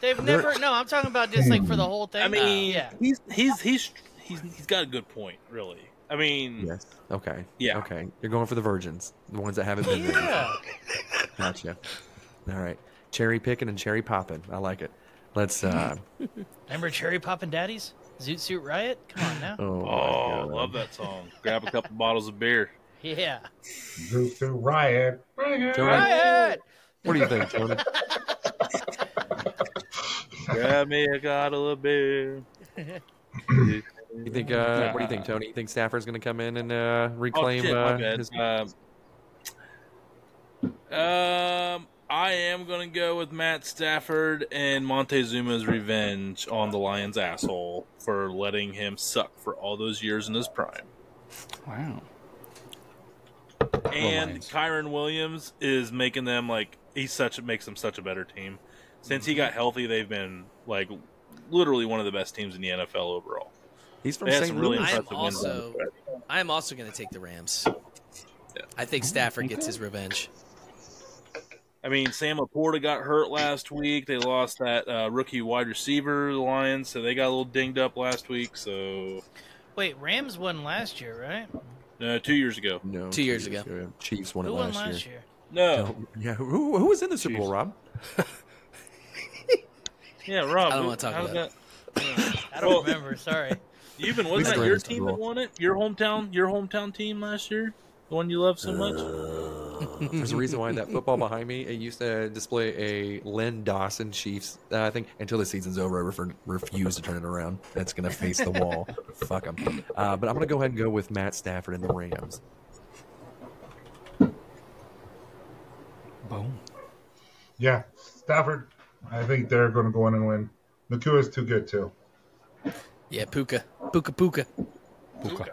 Speaker 6: They've never. No, I'm talking about just like for the whole thing. Uh,
Speaker 5: I mean,
Speaker 6: yeah.
Speaker 5: he's he's he's he's he's got a good point, really. I mean,
Speaker 3: Yes. Okay.
Speaker 5: Yeah.
Speaker 3: Okay. You're going for the virgins, the ones that haven't been there.
Speaker 6: Yeah.
Speaker 3: Gotcha. All right. Cherry picking and cherry popping. I like it. Let's. uh
Speaker 6: Remember Cherry Poppin' Daddies? Zoot Suit Riot? Come on now.
Speaker 3: Oh, my
Speaker 5: oh, I
Speaker 3: God.
Speaker 5: love that song. Grab a couple bottles of beer.
Speaker 6: Yeah.
Speaker 7: Zeus to riot.
Speaker 3: Jonah,
Speaker 6: Riot!
Speaker 3: what do you think, Jonah?
Speaker 5: Grab me a bottle of beer.
Speaker 3: You think?
Speaker 5: *laughs*
Speaker 3: Uh, what do you think, Tony? You think Stafford's going to come in and uh, reclaim
Speaker 5: Oh, shit, my
Speaker 3: uh,
Speaker 5: bad.
Speaker 3: his?
Speaker 5: Um, um, I am gonna go with Matt Stafford and Montezuma's revenge on the Lions asshole for letting him suck for all those years in his prime.
Speaker 2: Wow.
Speaker 5: And
Speaker 2: Lions.
Speaker 5: Kyron Williams is making them like he's such makes them such a better team. Since
Speaker 3: Mm-hmm.
Speaker 5: he got healthy, they've been like literally one of the best teams in the NFL overall.
Speaker 3: He's from
Speaker 5: They had
Speaker 3: St.
Speaker 5: some really
Speaker 3: Louis.
Speaker 11: I'm
Speaker 5: impressive wins.
Speaker 11: also- *laughs* I am also going to take the Rams. I think Stafford gets his revenge.
Speaker 5: I mean, Sam Laporta got hurt last week. They lost that uh, rookie wide receiver, the Lions, so they got a little dinged up last week. So
Speaker 6: Wait, Rams won last year, right?
Speaker 5: no, two years ago.
Speaker 3: No,
Speaker 11: Two years ago.
Speaker 3: Chiefs won it
Speaker 6: Who won
Speaker 3: last,
Speaker 6: last
Speaker 3: year.
Speaker 6: year?
Speaker 5: No,
Speaker 3: No, yeah, who, who was in the Super Bowl, Rob?
Speaker 5: yeah, Rob.
Speaker 11: I don't
Speaker 5: who-
Speaker 11: wanna talk
Speaker 5: how's
Speaker 11: about
Speaker 5: that-
Speaker 6: I don't
Speaker 5: Well,
Speaker 6: remember. Sorry.
Speaker 5: You've been
Speaker 3: We
Speaker 5: wasn't that
Speaker 3: still
Speaker 5: your
Speaker 3: haven't
Speaker 5: team
Speaker 3: Super
Speaker 5: that won it? Your hometown, your hometown team last year, the one you love so much.
Speaker 3: There's a reason why that football behind me it used to display a Lynn Dawson Chiefs uh, thing until the season's over. I refer, refuse to turn it around. That's gonna face the wall. *laughs* Fuck them. Uh, but I'm gonna go ahead and go with Matt Stafford and the Rams.
Speaker 2: Boom.
Speaker 7: Yeah, Stafford. I think they're going to go in and win. Nakua's too good too.
Speaker 11: Yeah, Puka, Puka, Puka.
Speaker 3: Puka.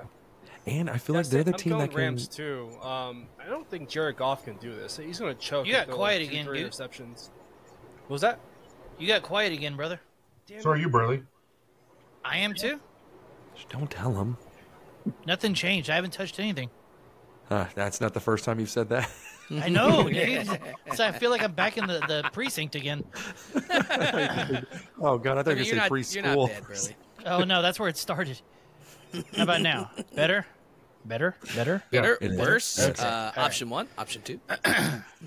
Speaker 3: And I feel
Speaker 4: Yeah,
Speaker 3: like they're the
Speaker 4: I'm
Speaker 3: team
Speaker 4: going
Speaker 3: that can.
Speaker 4: Rams too. Um, I don't think Jared Goff can do this. He's gonna choke.
Speaker 6: You got
Speaker 4: and throw,
Speaker 6: quiet
Speaker 4: like, two,
Speaker 6: again,
Speaker 4: three
Speaker 6: dude.
Speaker 4: interceptions. What was that?
Speaker 6: You got quiet again, brother.
Speaker 7: So are you, Burley?
Speaker 6: I am too.
Speaker 3: Don't tell them.
Speaker 6: Nothing changed. I haven't touched anything.
Speaker 3: Uh, that's not the first time you've said that. *laughs*
Speaker 6: I know. dude. so I feel like I'm back in the, the precinct again.
Speaker 3: Oh God, I thought
Speaker 11: I
Speaker 3: you
Speaker 11: mean, you're,
Speaker 3: were
Speaker 11: not,
Speaker 3: going to say preschool.
Speaker 11: you're not bad, Burley.
Speaker 6: Oh no, that's where it started. How about now? Better? Better? Better?
Speaker 11: Better,
Speaker 3: it is.
Speaker 11: worse.
Speaker 3: That's it.
Speaker 11: Uh, option one, option two.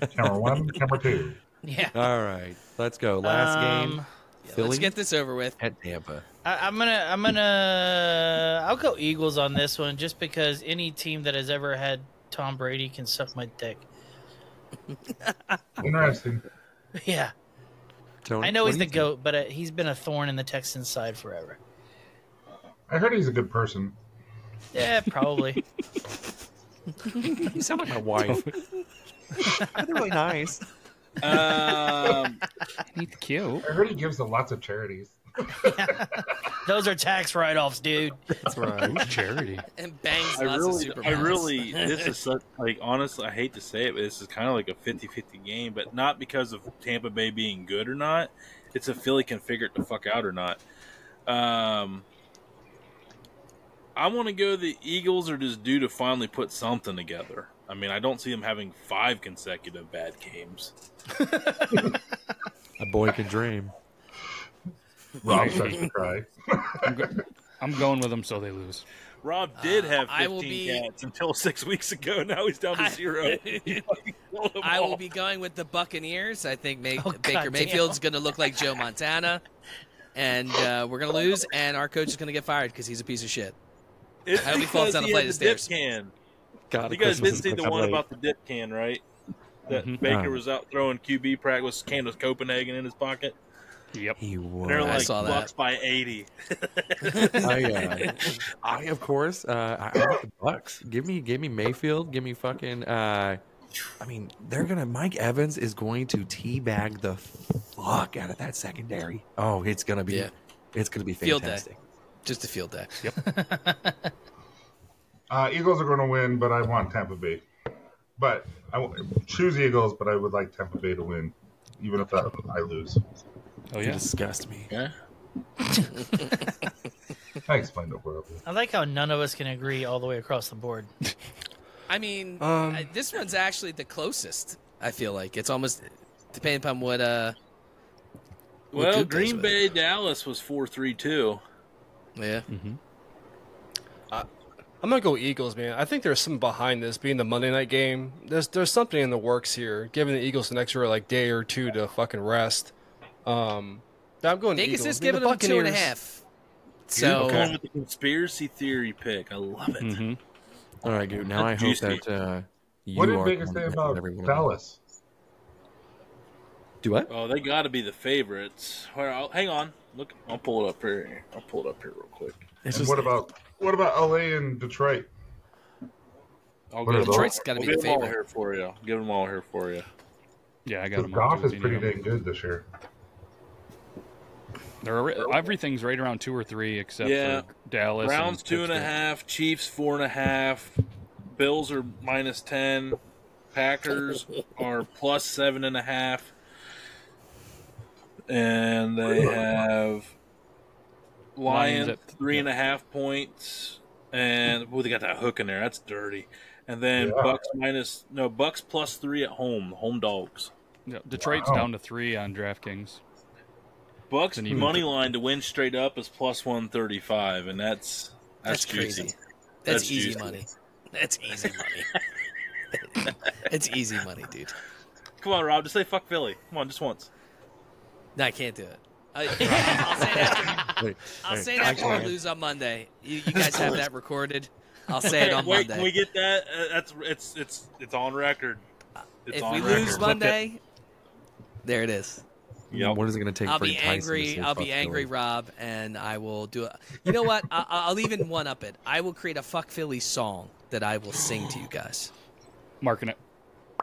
Speaker 7: Camera one, camera two.
Speaker 6: *laughs* Yeah.
Speaker 3: *laughs* All right, let's go. Last game,
Speaker 6: Um,
Speaker 11: Yeah,
Speaker 3: Philly
Speaker 11: let's get this over with.
Speaker 3: at Tampa.
Speaker 6: I, I'm gonna, I'm gonna, I'll go Eagles on this one, just because any team that has ever had Tom Brady can suck my dick. *laughs*
Speaker 7: Interesting.
Speaker 6: Yeah,
Speaker 3: Tony,
Speaker 6: I know
Speaker 3: what
Speaker 6: he's
Speaker 3: do
Speaker 6: the
Speaker 3: you
Speaker 6: goat, but uh, he's been a thorn in the Texans' side forever.
Speaker 7: I heard he's a good person.
Speaker 6: Yeah, probably.
Speaker 3: think? You sound like *laughs* my wife. they're really nice.
Speaker 11: Uh.
Speaker 5: Um,
Speaker 2: He's cute.
Speaker 7: I heard he gives to lots of charities.
Speaker 6: Those are tax write-offs, dude.
Speaker 3: That's
Speaker 5: uh,
Speaker 3: right.
Speaker 2: Who's charity?
Speaker 11: And bangs
Speaker 5: I
Speaker 11: lots of
Speaker 5: really,
Speaker 11: super
Speaker 5: I
Speaker 11: balls.
Speaker 5: really,
Speaker 11: *laughs*
Speaker 5: this is such, like, honestly, I hate to say it, but this is kind of like a 50 50 game, but not because of Tampa Bay being good or not. It's if Philly can figure it the fuck out or not. Um, I want to go the Eagles are just due to finally put something together. I mean, I don't see them having five consecutive bad games.
Speaker 3: A boy can dream.
Speaker 7: Rob starts to cry.
Speaker 2: I'm, go- I'm going with them so they lose.
Speaker 5: Rob did
Speaker 11: Uh,
Speaker 5: have
Speaker 11: I will
Speaker 5: 15
Speaker 11: be-
Speaker 5: cats until *laughs* six weeks ago. Now he's down to
Speaker 11: I-
Speaker 5: zero. *laughs* He
Speaker 11: *laughs*
Speaker 5: fucking killed them
Speaker 11: I will
Speaker 5: all.
Speaker 11: be going with the Buccaneers. I think
Speaker 4: *laughs* Oh,
Speaker 11: Ma- Baker
Speaker 5: goddamn.
Speaker 11: Mayfield's going to look like Joe Montana, and uh, we're going to lose. And our coach is going to get fired because he's a piece of shit.
Speaker 5: It's
Speaker 11: I hope he
Speaker 5: because
Speaker 11: falls down a
Speaker 5: he
Speaker 11: flight
Speaker 5: had
Speaker 11: of
Speaker 5: the dip
Speaker 11: stairs.
Speaker 5: can.
Speaker 3: God,
Speaker 5: you guys did
Speaker 11: Christmas
Speaker 5: see
Speaker 11: is
Speaker 5: the
Speaker 11: coming
Speaker 5: one
Speaker 11: late.
Speaker 5: about the dip can, right? That
Speaker 11: Mhm.
Speaker 5: Baker
Speaker 3: Uh-huh.
Speaker 11: Um,
Speaker 5: was out throwing QB practice, Candace Copenhagen in his pocket.
Speaker 2: Yep.
Speaker 3: He was.
Speaker 5: And they're like
Speaker 3: I saw that.
Speaker 5: bucks by 80.
Speaker 3: I, uh, *laughs* I of course, uh, I, I like the Bucks. Give me, give me Mayfield. Give me fucking. Uh, I mean, they're gonna. Mike Evans is going to teabag the fuck out of that secondary. Oh, it's gonna be,
Speaker 11: Yeah.
Speaker 3: it's gonna be
Speaker 11: Field day.
Speaker 3: fantastic.
Speaker 11: Just a field day.
Speaker 7: Uh, Eagles are going to win, but I want Tampa Bay. But I w- choose Eagles, but I would like Tampa Bay to win, even if that, I lose.
Speaker 2: Oh
Speaker 3: You disgust me.
Speaker 5: Yeah.
Speaker 7: I explained it well.
Speaker 6: I like how none of us can agree all the way across the board.
Speaker 11: I mean,
Speaker 6: Um,
Speaker 11: I, this one's actually the closest. I feel like it's almost depending upon what. Uh, what
Speaker 5: Well,
Speaker 11: group goes
Speaker 5: Green
Speaker 11: with it.
Speaker 5: Bay, Dallas was 4 3 2.
Speaker 11: Yeah.
Speaker 3: Hmm.
Speaker 4: I'm gonna go Eagles, man. I think there's something behind this being the Monday night game. There's there's something in the works here, giving the Eagles an extra like day or two to fucking rest. Um, I'm going.
Speaker 11: Vegas
Speaker 4: Eagles.
Speaker 11: is
Speaker 4: I mean,
Speaker 11: giving them two and a
Speaker 4: Buccaneers-
Speaker 11: half.
Speaker 5: So,
Speaker 11: So-
Speaker 5: going with the conspiracy theory pick. I love it.
Speaker 3: Mm-hmm. All right, dude. Now I hope
Speaker 5: Juicy.
Speaker 3: that uh, you
Speaker 7: What did
Speaker 3: are
Speaker 7: Vegas say
Speaker 3: correct with
Speaker 7: about
Speaker 3: every one of them.
Speaker 7: Dallas?
Speaker 3: Do what?
Speaker 5: Oh, they got to be the favorites. Well, I'll, hang on. Look, I'll pull it up here. I'll pull it up here real quick.
Speaker 7: And what about what about LA and Detroit?
Speaker 5: I'll
Speaker 7: What
Speaker 5: give
Speaker 7: are those? Detroit's
Speaker 11: gotta
Speaker 5: we'll
Speaker 11: be the
Speaker 5: give 'em all
Speaker 11: favorite.
Speaker 5: here for you. Give them all here for you.
Speaker 2: Yeah, I got
Speaker 7: Because
Speaker 2: them. all,
Speaker 7: Goff
Speaker 2: too, if
Speaker 7: is
Speaker 2: you
Speaker 7: pretty
Speaker 2: need 'em.
Speaker 7: dang good this year.
Speaker 2: They're ar- everything's right around two or three, except
Speaker 5: Yeah.
Speaker 2: for Dallas.
Speaker 5: Browns
Speaker 2: and
Speaker 5: two and a
Speaker 2: Pittsburgh.
Speaker 5: half, Chiefs four and a half, Bills are minus ten,
Speaker 11: *laughs*
Speaker 5: Packers are plus seven and a half, and they have
Speaker 2: Lions
Speaker 5: Lions
Speaker 2: at-
Speaker 5: three and a half points, and oh they got that hook in there. That's dirty. And then
Speaker 2: Yeah.
Speaker 5: Bucks minus no Bucks plus three at home, home dogs.
Speaker 2: Yeah, Detroit's
Speaker 5: Wow.
Speaker 2: down to three on DraftKings.
Speaker 5: Bucks
Speaker 2: An even-
Speaker 5: money line to win straight up is plus one thirty five, and that's that's,
Speaker 11: That's crazy.
Speaker 5: juicy.
Speaker 11: That's, easy
Speaker 5: juicy.
Speaker 11: money. *laughs* That's easy money. *laughs* it's easy money, dude.
Speaker 5: Come on, Rob, just say fuck Philly. Come on, just once.
Speaker 11: No, I can't do it. *laughs* I, will say that.
Speaker 5: Wait,
Speaker 11: I'll
Speaker 5: wait,
Speaker 11: say that
Speaker 5: actually-
Speaker 11: before we lose on Monday. *laughs* You, you guys have that recorded. I'll *laughs* say it on
Speaker 5: Wait,
Speaker 11: Monday.
Speaker 5: Can we get that? Uh, that's it's it's it's on record. It's
Speaker 11: if
Speaker 5: on
Speaker 11: we
Speaker 5: record.
Speaker 11: lose Monday, there it is.
Speaker 3: What is it going to take?
Speaker 11: I'll
Speaker 3: for
Speaker 11: be
Speaker 3: Tyson to
Speaker 11: angry.
Speaker 3: say
Speaker 11: I'll
Speaker 3: fuck
Speaker 11: be
Speaker 3: Philly?
Speaker 11: angry, Rob, and I will do it. You know what? I, I'll even one up it. I will create a fuck Philly song that I will sing to you guys.
Speaker 2: Marking it.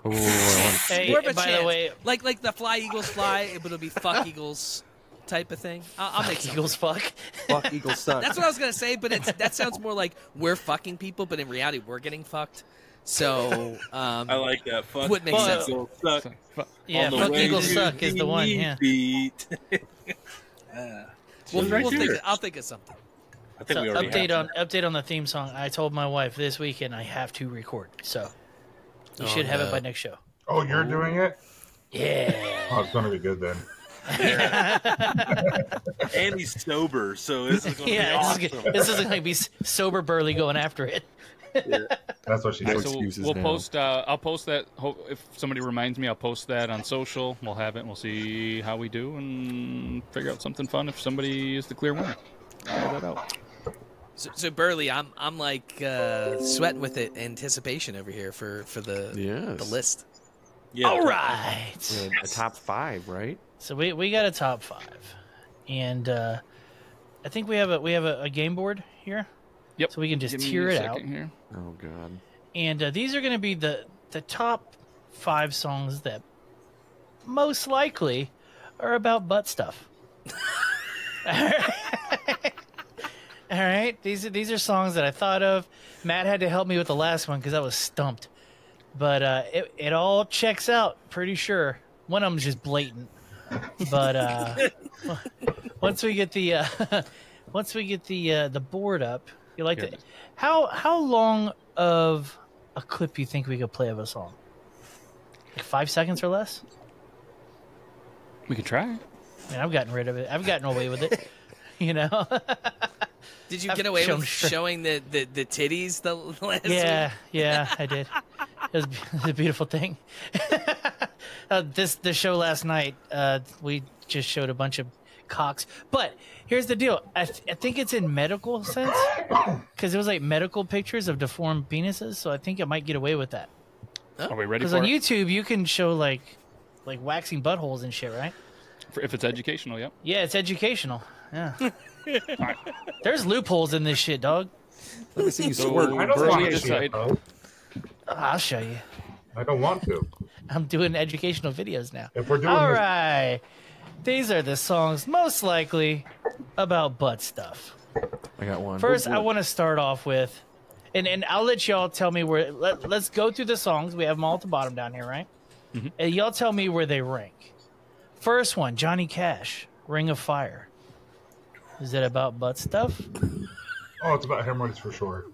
Speaker 11: Hey,
Speaker 6: Hey,
Speaker 11: More of a
Speaker 6: by the
Speaker 11: chant.
Speaker 6: way,
Speaker 11: like like the fly eagles fly, but it'll be fuck eagles type of thing. I'll, I'll make
Speaker 6: Fuck
Speaker 11: something.
Speaker 6: Eagles fuck.
Speaker 11: *laughs*
Speaker 3: Fuck Eagles suck.
Speaker 11: That's what I was gonna say, but it's that sounds more like we're fucking people, but in reality we're getting fucked. So um,
Speaker 5: I like that. Fuck.
Speaker 11: Would make
Speaker 5: fuck
Speaker 11: sense.
Speaker 5: Eagles suck.
Speaker 6: Yeah,
Speaker 5: On the
Speaker 6: fuck
Speaker 5: way
Speaker 6: Eagles
Speaker 5: to
Speaker 6: suck is the one, yeah.
Speaker 5: Beat. *laughs* Yeah.
Speaker 11: we'll,
Speaker 5: It's right
Speaker 11: we'll think,
Speaker 5: here.
Speaker 11: I'll think of something.
Speaker 5: I think
Speaker 6: So
Speaker 5: we already
Speaker 6: update
Speaker 5: have
Speaker 6: on update on the theme song. I told my wife this weekend I have to record, so you
Speaker 7: Oh,
Speaker 6: should have
Speaker 7: no.
Speaker 6: it by next show.
Speaker 7: Oh, you're doing it?
Speaker 6: Yeah.
Speaker 7: Oh, it's going to be good then.
Speaker 5: that. and he's sober, so this
Speaker 6: *laughs*
Speaker 5: is going to
Speaker 6: yeah,
Speaker 5: be
Speaker 6: this, is,
Speaker 5: awesome.
Speaker 6: gonna- this is gonna be s- sober burly going
Speaker 2: *laughs*
Speaker 6: after it.
Speaker 7: That's what she
Speaker 2: All
Speaker 7: said.
Speaker 2: right, so we'll post. Uh, I'll post that. Ho- if somebody reminds me, I'll post that on social. We'll have it. and We'll see how we do and figure out something fun. If somebody is the clear winner, I'll that out.
Speaker 11: So, so Burley, I'm I'm like uh, sweating with it, anticipation over here for for the
Speaker 3: Yes.
Speaker 11: the list.
Speaker 5: Yeah.
Speaker 6: All right.
Speaker 3: Yeah, a top five, right?
Speaker 6: So we, we got a top five, and uh, I think we have a we have a, a game board here.
Speaker 2: Yep.
Speaker 6: So we can just
Speaker 2: Give me
Speaker 6: tear
Speaker 2: a
Speaker 6: it
Speaker 2: second
Speaker 6: out.
Speaker 2: here.
Speaker 3: Oh god.
Speaker 6: And uh, these are going to be the the top five songs that most likely are about butt stuff. *laughs* All right, these are these are songs that I thought of. Matt had to help me with the last one because I was stumped, but uh, it it all checks out. Pretty sure one of them's just blatant, but uh, once we get the uh, *laughs* once we get the uh, the board up, you like to, how how long of a clip you think we could play of a song? Like five seconds or less?
Speaker 2: We can try.
Speaker 6: *laughs* I mean, I've gotten rid of it. I've gotten away with it. You know,
Speaker 11: Did you
Speaker 6: I've
Speaker 11: get away
Speaker 6: shown
Speaker 11: with
Speaker 6: strength.
Speaker 11: showing the, the, the titties the last
Speaker 6: yeah,
Speaker 11: week?
Speaker 6: yeah, I did. It was, *laughs* it was a beautiful thing. *laughs* uh, this the show last night. Uh, we just showed a bunch of cocks. But here's the deal. I, th- I think it's in medical sense because it was like medical pictures of deformed penises. So I think I might get away with that.
Speaker 2: Are we ready
Speaker 6: Because
Speaker 2: for
Speaker 6: on
Speaker 2: it?
Speaker 6: YouTube you can show like like waxing buttholes and shit, right?
Speaker 2: For- If it's educational, yep.
Speaker 6: Yeah, it's educational.
Speaker 2: *laughs*
Speaker 6: Yeah. There's loopholes in this shit, dog.
Speaker 3: Let me
Speaker 11: *laughs*
Speaker 3: see you
Speaker 2: So, squirt. I don't Burley wanna see decide- it, though.
Speaker 6: I'll show you.
Speaker 7: I don't want to.
Speaker 6: I'm doing educational videos now.
Speaker 7: If we're doing
Speaker 6: All
Speaker 7: this-
Speaker 6: right. These are the songs most likely about butt stuff.
Speaker 3: I got one.
Speaker 6: First, I want to start off with, and, and I'll let y'all tell me where. Let, let's go through the songs. We have them all at the bottom down here, right?
Speaker 2: Mm-hmm.
Speaker 6: And y'all tell me where they rank. First one, Johnny Cash, "Ring of Fire." Is it about butt stuff?
Speaker 7: Oh, it's about hemorrhoids for sure.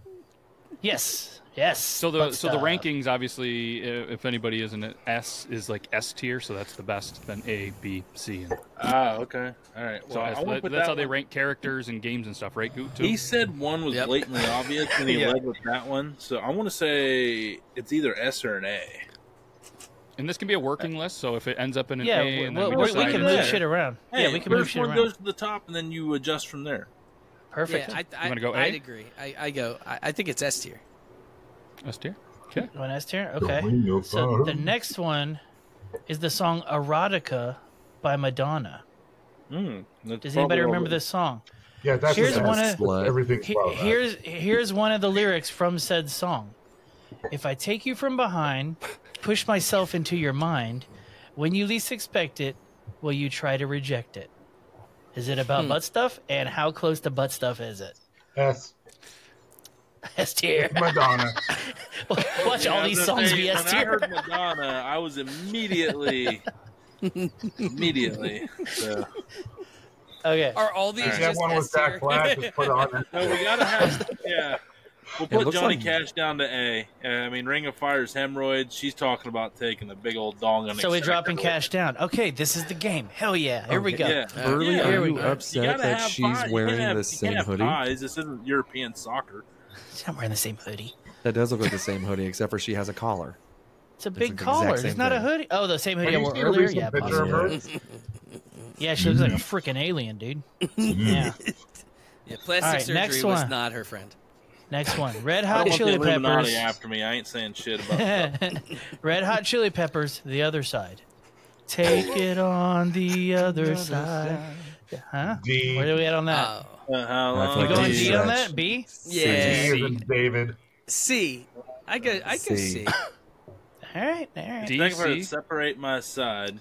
Speaker 6: Yes. Yes.
Speaker 2: So the
Speaker 6: butt
Speaker 2: so the
Speaker 6: stuff.
Speaker 2: rankings obviously, i- if anybody isn't at S, is like S tier, so that's the best. Then A, B, C, and
Speaker 5: Ah, okay. All right. Well,
Speaker 2: so
Speaker 5: I
Speaker 2: that's,
Speaker 5: wanna
Speaker 2: that-
Speaker 5: put
Speaker 2: that's
Speaker 5: that
Speaker 2: how they
Speaker 5: one-
Speaker 2: rank characters and games and stuff, right? Goot too.
Speaker 5: He said one was blatantly obvious, and he
Speaker 6: *laughs*
Speaker 2: Yeah.
Speaker 5: led with that one. So I want to say it's either S or an A.
Speaker 2: and this can be a working list. So if it ends up in an
Speaker 6: Yeah,
Speaker 2: A, and
Speaker 6: we-
Speaker 2: then we,
Speaker 6: we- we
Speaker 2: decide
Speaker 6: can
Speaker 2: it's
Speaker 6: move
Speaker 2: there.
Speaker 6: shit around.
Speaker 5: Hey,
Speaker 6: Yeah, we can move
Speaker 5: first
Speaker 6: shit
Speaker 5: one
Speaker 6: around.
Speaker 5: goes to the top, and then you adjust from there.
Speaker 6: Perfect.
Speaker 11: Yeah, I, I,
Speaker 2: You wanna go
Speaker 11: I'd
Speaker 2: A?
Speaker 11: agree. I, I go. I, I think it's S tier.
Speaker 2: S tier. Okay.
Speaker 6: One S tier? Okay.
Speaker 7: ring of
Speaker 6: So the
Speaker 7: fire.
Speaker 6: next one is the song Erotica by Madonna.
Speaker 5: Hmm. that's
Speaker 6: Does
Speaker 5: probably
Speaker 6: anybody remember
Speaker 5: over-
Speaker 6: this song?
Speaker 7: Yeah, that's
Speaker 6: Here's
Speaker 7: just-
Speaker 6: one of-
Speaker 7: that's everything.
Speaker 6: He-
Speaker 7: about that.
Speaker 6: here's here's one of the lyrics from said song. If I take you from behind, push myself into your mind, when you least expect it, will you try to reject it? Is it
Speaker 5: Hmm.
Speaker 6: about butt stuff? And how close to butt stuff is it? *laughs*
Speaker 7: S.
Speaker 5: *laughs*
Speaker 6: S tier. *laughs*
Speaker 7: Madonna.
Speaker 6: Watch
Speaker 5: Yeah, I
Speaker 6: all
Speaker 5: was gonna
Speaker 6: these songs
Speaker 5: say,
Speaker 6: be S
Speaker 5: When I
Speaker 6: tier.
Speaker 5: heard Madonna, I was immediately, immediately. So,
Speaker 6: Okay.
Speaker 11: Are all these
Speaker 7: that
Speaker 11: just
Speaker 7: one
Speaker 11: S
Speaker 7: with Zach
Speaker 11: tier?
Speaker 7: Black just
Speaker 6: *laughs*
Speaker 7: put on.
Speaker 5: so we gotta have, yeah. We'll
Speaker 3: It
Speaker 5: put
Speaker 3: looks
Speaker 5: Johnny
Speaker 3: like-
Speaker 5: Cash down to A. Uh, I mean, Ring of Fire's hemorrhoids. She's talking about taking a big old dong.
Speaker 6: So we're dropping
Speaker 5: unexpectedly.
Speaker 6: cash down. Okay, this is the game. Hell yeah. Here we go.
Speaker 5: Yeah.
Speaker 3: Burley,
Speaker 5: Yeah,
Speaker 6: here
Speaker 3: are
Speaker 6: we
Speaker 3: you
Speaker 6: go.
Speaker 5: You
Speaker 3: upset
Speaker 5: gotta
Speaker 3: that
Speaker 5: have
Speaker 3: she's
Speaker 5: pies. You
Speaker 3: wearing
Speaker 5: can't have-
Speaker 3: the
Speaker 5: you
Speaker 3: same
Speaker 5: can't have
Speaker 3: hoodie?
Speaker 5: Pies. This isn't European soccer.
Speaker 6: I'm wearing the same hoodie.
Speaker 3: That does look like the same hoodie, except for she has a collar.
Speaker 6: It's a big
Speaker 3: the exact
Speaker 6: collar.
Speaker 3: same
Speaker 6: It's not a
Speaker 3: thing.
Speaker 6: hoodie. Oh, the same
Speaker 7: Have
Speaker 6: hoodie I
Speaker 7: you
Speaker 6: wore
Speaker 7: seen a
Speaker 6: earlier. Yeah,
Speaker 7: recent picture of
Speaker 6: possibly.
Speaker 7: her?
Speaker 6: yeah, she looks like a freaking alien, dude. yeah.
Speaker 11: Yeah,
Speaker 6: All
Speaker 11: plastic
Speaker 6: right,
Speaker 11: surgery
Speaker 6: next
Speaker 11: was
Speaker 6: one.
Speaker 11: not her friend.
Speaker 6: Next one. Red
Speaker 5: I
Speaker 6: Hot
Speaker 5: don't want the
Speaker 6: Chili
Speaker 5: Illuminati
Speaker 6: Peppers.
Speaker 5: after me. I ain't saying
Speaker 3: *laughs*
Speaker 5: shit about uh,
Speaker 6: Red Hot Chili Peppers. The other side. Take it on the other side. Huh?
Speaker 7: D.
Speaker 6: Where are we at on that?
Speaker 11: Oh.
Speaker 5: Uh,
Speaker 3: I
Speaker 5: how long
Speaker 3: feel
Speaker 6: we
Speaker 3: like
Speaker 6: going
Speaker 3: D
Speaker 6: D on
Speaker 3: stretch.
Speaker 6: that? B.
Speaker 7: D
Speaker 11: Yeah.
Speaker 7: is in David.
Speaker 11: C. I go. I go
Speaker 3: C.
Speaker 11: C.
Speaker 6: All right. All right.
Speaker 5: Thank you
Speaker 2: DC.
Speaker 5: for separate my side.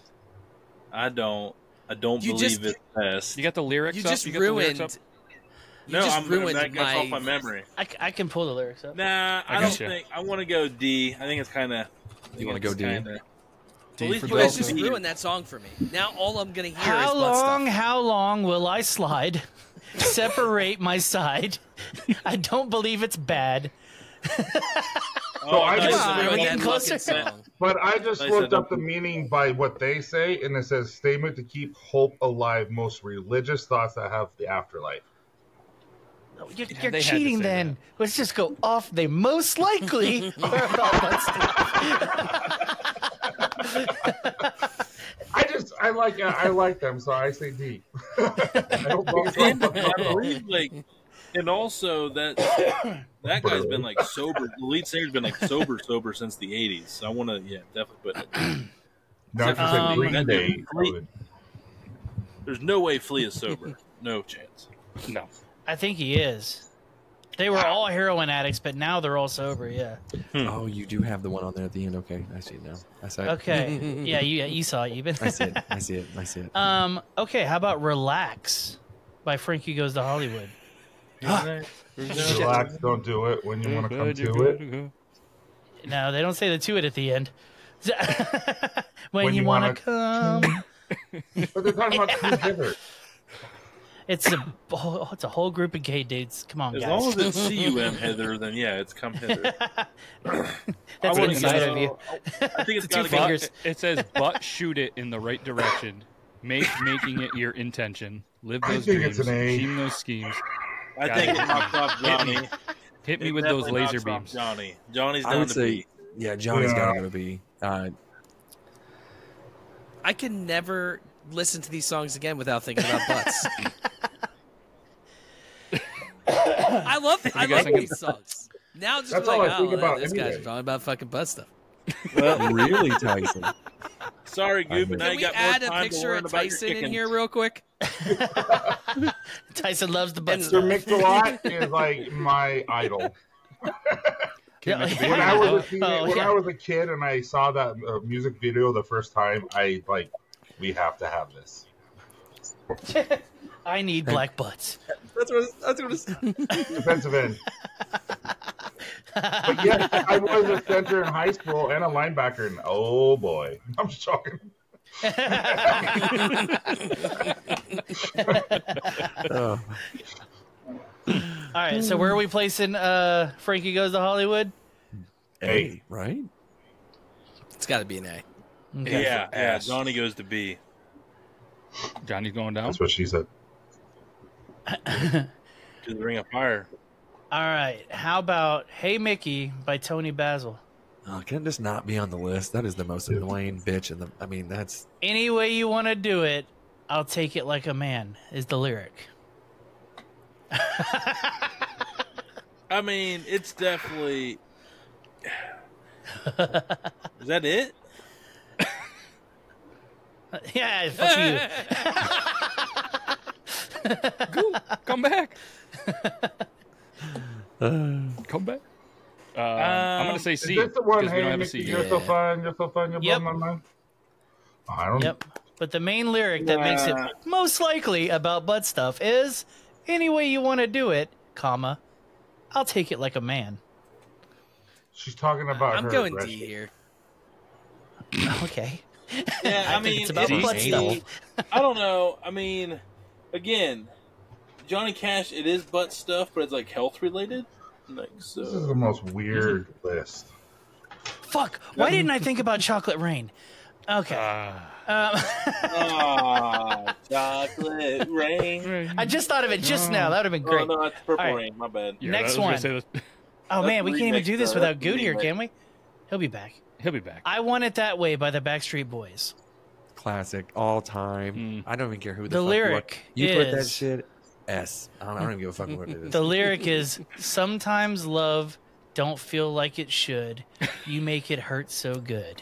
Speaker 5: I don't. I don't
Speaker 11: You
Speaker 5: believe
Speaker 11: just-
Speaker 5: it's best.
Speaker 2: You got the lyrics
Speaker 11: You
Speaker 2: up.
Speaker 11: just
Speaker 2: you got
Speaker 11: ruined.
Speaker 2: the lyrics
Speaker 11: You
Speaker 5: no,
Speaker 11: just
Speaker 5: I'm
Speaker 11: ruined
Speaker 5: that
Speaker 11: my.
Speaker 5: gets off my memory.
Speaker 6: I, c- I can pull the lyrics up.
Speaker 5: Nah, I,
Speaker 2: I
Speaker 5: don't
Speaker 2: gotcha.
Speaker 5: think. I want to go D. I think it's kind of.
Speaker 3: You wanna go D?
Speaker 5: At least
Speaker 3: for
Speaker 5: we
Speaker 11: You
Speaker 5: got
Speaker 11: guys just
Speaker 5: B.
Speaker 11: ruined that song for me. Now all I'm gonna hear
Speaker 6: How
Speaker 11: is butt
Speaker 6: long,
Speaker 11: stuff.
Speaker 6: how long will I slide? *laughs* Separate my side. *laughs* I don't believe it's bad.
Speaker 5: Oh,
Speaker 7: I
Speaker 5: I
Speaker 7: just-
Speaker 5: just
Speaker 11: Just ruined
Speaker 6: getting
Speaker 11: that
Speaker 6: closer.
Speaker 11: fucking song.
Speaker 7: But I just
Speaker 5: I
Speaker 7: looked
Speaker 5: said
Speaker 7: up the meaning by what they say, and it says statement to keep hope alive, most religious thoughts that have the afterlife.
Speaker 6: You're,
Speaker 2: Yeah,
Speaker 6: you're
Speaker 2: they had to
Speaker 6: cheating
Speaker 2: say
Speaker 6: then.
Speaker 2: that.
Speaker 6: Let's just go off. They most likely are about that stuff.
Speaker 7: I just I like I like them, so I say D. *laughs* I
Speaker 6: *laughs*
Speaker 7: don't think it's
Speaker 5: And
Speaker 7: wrong, but
Speaker 5: I believe,
Speaker 11: *laughs*
Speaker 5: like, and also that that guy's been like sober. The lead singer's been like sober, sober since the '80s. So I want to, yeah, definitely. But
Speaker 7: now if you said
Speaker 6: Um,
Speaker 7: Green
Speaker 5: that-
Speaker 7: Day, I would-
Speaker 5: there's no way Flea is sober. No chance.
Speaker 2: up. No.
Speaker 6: *laughs* I think he is. They were all heroin addicts, but now they're all sober. Yeah.
Speaker 3: Oh, you do have the one on there at the end. Okay, I see it now. I see it.
Speaker 2: *laughs*
Speaker 6: Okay. yeah, you, you saw it even.
Speaker 3: I see it. I see it. I see it.
Speaker 6: *laughs* um. Okay. How about "Relax" by Frankie Goes to Hollywood?
Speaker 7: relax, don't do it when you want to come to it.
Speaker 6: No, they don't say the to it at the end. *laughs* when,
Speaker 7: When
Speaker 6: you
Speaker 7: you
Speaker 6: wanna
Speaker 7: wanna-
Speaker 6: come.
Speaker 7: But they're
Speaker 6: *laughs*
Speaker 7: talking about coming together.
Speaker 6: It's a oh, it's a whole group of gay dudes. Come on,
Speaker 5: As
Speaker 6: guys.
Speaker 5: long as it's C U M hither, then yeah, it's come hither.
Speaker 6: That's
Speaker 5: I wanna
Speaker 6: inside
Speaker 5: go-
Speaker 6: of you.
Speaker 5: I think it's
Speaker 6: Two
Speaker 5: got to
Speaker 6: fingers.
Speaker 5: go.
Speaker 2: But it says, but shoot it in the right direction. Make making it your intention. Live
Speaker 7: I
Speaker 2: those
Speaker 7: think it's
Speaker 2: dreams.
Speaker 7: an A.
Speaker 2: Dream those schemes.
Speaker 5: I
Speaker 2: Got
Speaker 5: think
Speaker 2: it.
Speaker 5: it knocked off
Speaker 2: Hit me.
Speaker 5: Johnny.
Speaker 2: Hit me
Speaker 5: It
Speaker 2: with those
Speaker 5: definitely
Speaker 2: laser
Speaker 5: knocks off
Speaker 2: beams.
Speaker 5: Johnny. Johnny's down
Speaker 3: I would
Speaker 5: to
Speaker 3: say,
Speaker 5: pee.
Speaker 3: yeah, Johnny's
Speaker 7: Yeah.
Speaker 3: got to be. Uh,
Speaker 11: I can never listen to these songs again without thinking
Speaker 6: *laughs*
Speaker 11: about butts. I love I
Speaker 2: guys
Speaker 11: love
Speaker 2: thinking-
Speaker 11: these songs. Now just
Speaker 7: That's
Speaker 11: be
Speaker 7: all
Speaker 11: like,
Speaker 7: I
Speaker 11: oh,
Speaker 7: think about
Speaker 11: this
Speaker 7: any
Speaker 11: guy's
Speaker 7: day."
Speaker 11: talking about fucking butt stuff.
Speaker 6: *laughs*
Speaker 3: really, Tyson?
Speaker 5: Sorry, Goob, and
Speaker 11: Can
Speaker 5: I
Speaker 11: we
Speaker 5: got
Speaker 11: add
Speaker 5: more
Speaker 11: a
Speaker 5: time to
Speaker 11: picture
Speaker 5: learn
Speaker 11: of
Speaker 5: about your
Speaker 11: Tyson in
Speaker 5: kicking.
Speaker 11: here real quick?
Speaker 6: Tyson loves the butt
Speaker 11: And-
Speaker 6: stuff.
Speaker 7: Sir Mix-a-Lot is like my idol.
Speaker 6: Yeah, *laughs*
Speaker 7: When I was a,
Speaker 6: oh,
Speaker 7: teen- when
Speaker 6: yeah.
Speaker 7: I was a kid and I saw that uh, music video the first time, I like, we have to have this.
Speaker 6: I need black butts.
Speaker 3: That's what. That's what. It's,
Speaker 7: defensive end. but yes, I was a center in high school and a linebacker, and oh boy, *laughs* I'm just talking.
Speaker 3: uh,
Speaker 6: All right, so where are we placing uh, Frankie Goes to Hollywood?
Speaker 7: Hey.
Speaker 3: hey, right?
Speaker 11: It's got to be an A.
Speaker 5: Yeah, yeah,
Speaker 2: ass.
Speaker 5: Johnny goes to B.
Speaker 2: Johnny's going down.
Speaker 7: That's what she said.
Speaker 5: to the ring of fire.
Speaker 6: All right, how about Hey Mickey by Tony Basil?
Speaker 3: Oh, can it just not be on the list? That is the most annoying bitch. And the, I mean, that's
Speaker 6: Any way you want to do it, I'll take it like a man is the lyric. *laughs*
Speaker 5: I mean, it's definitely. *sighs* Is that it?
Speaker 6: yeah, fuck you.
Speaker 2: Come back. Come back. Uh, I'm
Speaker 5: Um,
Speaker 2: gonna say
Speaker 7: Is
Speaker 2: C
Speaker 7: this
Speaker 2: because
Speaker 7: the
Speaker 2: we
Speaker 7: one?
Speaker 2: don't
Speaker 7: Hey,
Speaker 2: have a
Speaker 7: Mickey,
Speaker 2: C.
Speaker 7: you're so fun. You're so fun. You're
Speaker 6: Yep.
Speaker 7: blowing my mind. I don't.
Speaker 6: Yep. But the main lyric that makes it
Speaker 5: Nah.
Speaker 6: most likely about butt stuff is any way you want to do it, comma, I'll take it like a man. *laughs*
Speaker 7: She's talking
Speaker 5: Oh,
Speaker 7: about
Speaker 11: I'm
Speaker 7: her.
Speaker 11: going D
Speaker 7: aggression.
Speaker 11: here.
Speaker 6: Okay.
Speaker 5: Yeah, *laughs* I,
Speaker 6: I think
Speaker 5: mean,
Speaker 6: it's about
Speaker 5: it-
Speaker 6: butt stuff.
Speaker 5: I don't know. I mean, again, Johnny Cash. It is butt stuff, but it's like health related. Like
Speaker 7: This is
Speaker 5: so.
Speaker 7: the most weird list.
Speaker 6: Fuck. Why didn't I think about Chocolate Rain? Okay. Um, *laughs*
Speaker 5: Ah, chocolate *laughs* rain.
Speaker 2: Uh,
Speaker 6: I just thought of it just now. That would have been
Speaker 5: Oh
Speaker 6: great.
Speaker 5: no, it's purple
Speaker 6: All right.
Speaker 5: rain. My bad.
Speaker 2: Yeah, I was
Speaker 6: Next
Speaker 2: gonna
Speaker 6: one.
Speaker 2: say this-
Speaker 6: Oh man, we
Speaker 5: That's
Speaker 6: can't even
Speaker 5: remixed,
Speaker 6: do this
Speaker 5: though.
Speaker 6: without
Speaker 5: That's
Speaker 6: Good here,
Speaker 5: remixed.
Speaker 6: can we? He'll be back.
Speaker 2: He'll be back.
Speaker 6: I want it that way by the Backstreet Boys.
Speaker 3: classic all time.
Speaker 2: Mm.
Speaker 3: I don't even care who the,
Speaker 6: The
Speaker 3: fuck you are.
Speaker 6: lyric
Speaker 3: You, put that
Speaker 6: is-
Speaker 3: shit S. I don't, I don't even give a fuck what
Speaker 6: *laughs*
Speaker 3: it
Speaker 2: *laughs*
Speaker 3: is.
Speaker 6: The lyric is sometimes love don't feel like it should. You make it hurt so good.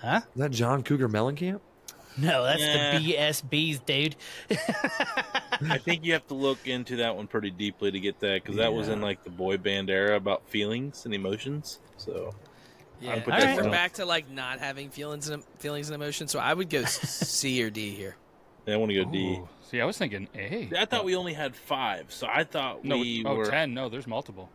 Speaker 6: Huh?
Speaker 3: Is that John Cougar Mellencamp?
Speaker 6: No, that's
Speaker 5: Nah.
Speaker 6: the BSBs, dude.
Speaker 5: I think you have to look into that one pretty deeply to get that because that was in
Speaker 3: Yeah.
Speaker 5: like the boy band era about feelings and emotions. So
Speaker 11: Yeah,
Speaker 5: put
Speaker 11: I
Speaker 6: that
Speaker 11: think we're
Speaker 5: down.
Speaker 11: back to like not having feelings and feelings and emotions. So I would go *laughs* C or D here.
Speaker 5: yeah, I want to go D.
Speaker 2: Ooh. See, I was thinking A.
Speaker 5: I thought we only had five, so I thought
Speaker 2: no,
Speaker 5: we
Speaker 2: oh,
Speaker 5: were
Speaker 2: 10. No, there's multiple.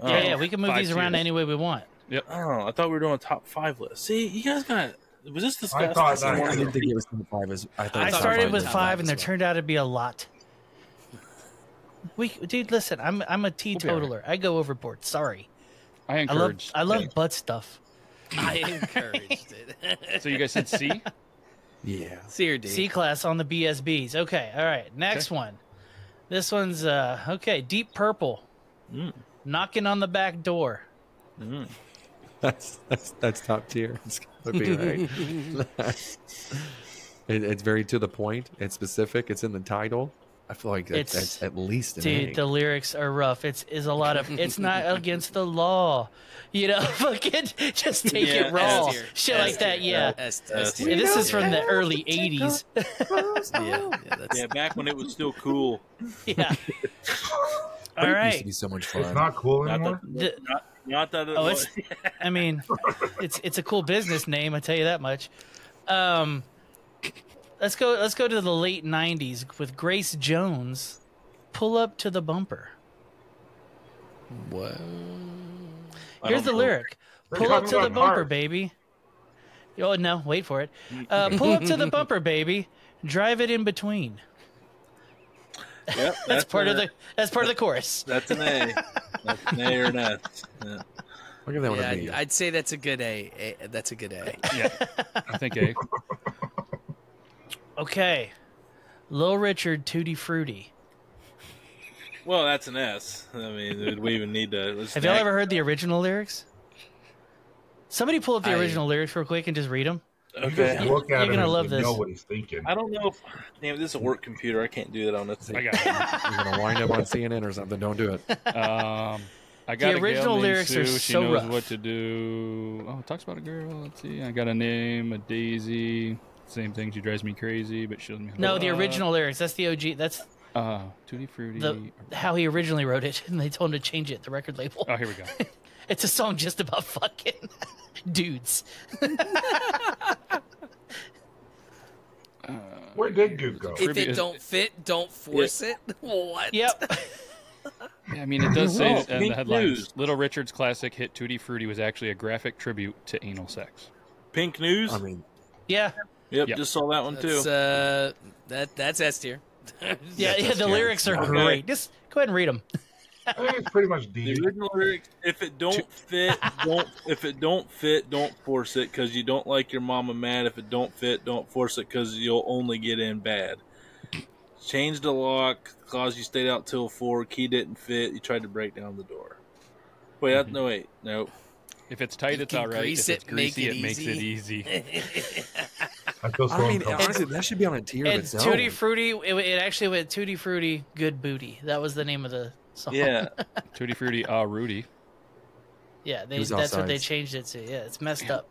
Speaker 5: Oh,
Speaker 6: yeah, yeah, we can move
Speaker 2: Five
Speaker 6: these around
Speaker 2: tiers.
Speaker 6: any way we want.
Speaker 5: oh, I thought we were doing a top five list. See, you guys got was this discussed?
Speaker 7: I thought
Speaker 5: this
Speaker 7: that-
Speaker 3: I, I
Speaker 5: morning?
Speaker 3: didn't think it was number five. Is I, thought
Speaker 6: I
Speaker 3: it was
Speaker 11: thought
Speaker 6: started
Speaker 3: number
Speaker 6: with
Speaker 11: was
Speaker 6: five, and
Speaker 11: as
Speaker 6: there
Speaker 11: well.
Speaker 6: turned out to be a lot. We, dude, listen, I'm I'm a teetotaler. I go overboard. Sorry,
Speaker 2: I
Speaker 6: I love
Speaker 2: encouraged.
Speaker 6: I love butt stuff.
Speaker 11: I encouraged it.
Speaker 2: So you guys said C?
Speaker 3: Yeah.
Speaker 11: C or D.
Speaker 6: C class on the BSBs. Okay, all right. Next one. This one's uh okay. Deep Purple,
Speaker 5: Mm.
Speaker 6: knocking on the back door.
Speaker 5: Mm.
Speaker 3: That's that's that's top tier. *laughs* It's gotta be right. *laughs* it, it's very to the point. It's specific. It's in the title. I feel like that's,
Speaker 6: It's-
Speaker 3: that's at least an
Speaker 6: Dude,
Speaker 3: A.
Speaker 6: the lyrics are rough. It's is a lot of. It's not against the law, you know. *laughs* Fucking just take
Speaker 5: Yeah,
Speaker 6: it
Speaker 5: S
Speaker 6: raw,
Speaker 11: tier.
Speaker 6: shit
Speaker 11: S
Speaker 6: like that.
Speaker 11: tier.
Speaker 6: Yeah.
Speaker 11: S,
Speaker 5: S
Speaker 11: S
Speaker 5: tier.
Speaker 11: tier.
Speaker 6: this is from the
Speaker 11: Yeah.
Speaker 6: early '80s.
Speaker 11: Yeah, yeah, that's,
Speaker 5: Yeah, back when it was still cool.
Speaker 6: *laughs* Yeah.
Speaker 3: But It
Speaker 6: All
Speaker 3: used to
Speaker 6: right.
Speaker 3: be so much
Speaker 7: It's
Speaker 3: fun.
Speaker 7: not cool
Speaker 5: Not
Speaker 7: anymore.
Speaker 5: the,
Speaker 6: The-
Speaker 5: not that. It
Speaker 6: Oh,
Speaker 5: was.
Speaker 6: it's. *laughs* I mean, it's it's a cool business name. I tell you that much. Um, let's go. Let's go to the late '90s with Grace Jones. Pull up to the bumper.
Speaker 11: Whoa.
Speaker 5: I
Speaker 6: Here's
Speaker 5: don't
Speaker 6: the
Speaker 5: know.
Speaker 6: lyric.
Speaker 7: They're
Speaker 6: Pull up
Speaker 7: talking
Speaker 6: to the
Speaker 7: about
Speaker 6: bumper,
Speaker 7: cars.
Speaker 6: baby. Oh no, wait for it.
Speaker 5: *laughs*
Speaker 6: Uh, pull up to the bumper, baby. Drive it in between.
Speaker 5: Yep, that's,
Speaker 6: *laughs* That's part of
Speaker 5: a-
Speaker 6: the. That's part of the chorus.
Speaker 5: That's an A. that's an A or an S. Yeah.
Speaker 3: I'll give that one
Speaker 11: Yeah,
Speaker 3: a
Speaker 11: I'd,
Speaker 3: B.
Speaker 11: I'd say that's a good A. A that's a good A.
Speaker 2: Yeah. I think A.
Speaker 6: Okay. Lil Richard Tutti Frutti.
Speaker 5: Well, that's an S. I mean, would we even need to? let's
Speaker 6: Have y'all
Speaker 5: nag-
Speaker 6: ever heard the original lyrics? Somebody pull up the
Speaker 5: I-
Speaker 6: original lyrics real quick and just read them.
Speaker 5: Okay. Just look at
Speaker 6: You're
Speaker 5: him
Speaker 6: gonna
Speaker 5: and
Speaker 6: love
Speaker 5: you
Speaker 6: this.
Speaker 5: know what
Speaker 7: he's thinking.
Speaker 5: I don't know. If, damn, this is a work computer. I can't do that on this. I
Speaker 2: got
Speaker 6: *laughs*
Speaker 3: You're gonna wind up on CNN or something. Don't do it.
Speaker 2: Um, I
Speaker 5: The
Speaker 2: got a gal
Speaker 5: original
Speaker 2: named
Speaker 5: lyrics are
Speaker 2: Sue. She
Speaker 5: so
Speaker 2: knows
Speaker 5: rough.
Speaker 2: what to do. Oh, it talks about a girl. Let's see. I got a name, a Daisy. Same thing. She drives me crazy, but uh, she doesn't. me
Speaker 6: No, the
Speaker 2: up.
Speaker 6: original lyrics. That's the OG. That's
Speaker 2: Uh, Tutti Frutti.
Speaker 6: the how he originally wrote it, *laughs* and they told him to change it. The record label.
Speaker 2: Oh, here we go.
Speaker 6: it's a song just about fucking *laughs* dudes.
Speaker 7: Where did you go?
Speaker 11: If it don't fit, don't force it. *laughs* What?
Speaker 6: Yep.
Speaker 2: Yeah, *laughs* I mean, it does say
Speaker 11: Oh,
Speaker 2: it in the
Speaker 11: pink
Speaker 2: headlines.
Speaker 11: news.
Speaker 2: Little Richard's classic hit Tutti Frutti was actually a graphic tribute to anal sex.
Speaker 5: Pink news. *laughs*
Speaker 2: I
Speaker 3: mean,
Speaker 6: Yeah.
Speaker 5: Yep, just saw that one
Speaker 11: That's,
Speaker 5: too.
Speaker 11: uh, that that's S tier. *laughs*
Speaker 6: Yeah, yeah. The lyrics are
Speaker 5: Okay.
Speaker 6: great. Just go ahead and read them.
Speaker 7: I think it's pretty much D.
Speaker 5: The original lyrics, if it don't fit, don't if it don't fit, don't force it because you don't like your mama mad. If it don't fit, don't force it because you'll only get in bad. Change the lock, cause you stayed out till four. Key didn't fit. You tried to break down the door. Wait,
Speaker 6: Mm-hmm.
Speaker 5: that- no, wait,
Speaker 6: *laughs*
Speaker 5: no.
Speaker 2: If it's tight, it's
Speaker 5: can
Speaker 2: all right.
Speaker 5: grease
Speaker 2: If it's
Speaker 5: it, make
Speaker 2: greasy,
Speaker 5: it
Speaker 2: it makes it easy.
Speaker 7: I feel
Speaker 3: so I mean, uncomfortable. honestly, that should be on a tier of
Speaker 6: And
Speaker 3: its own.
Speaker 6: Tutti Frutti, it, it actually went Tutti Frutti, Good Booty. That was the name of the song.
Speaker 2: Tutti Frutti, ah, Rudy.
Speaker 6: yeah, they,
Speaker 2: It was
Speaker 6: that's what
Speaker 2: offsides.
Speaker 6: they changed it to. Yeah, it's messed up.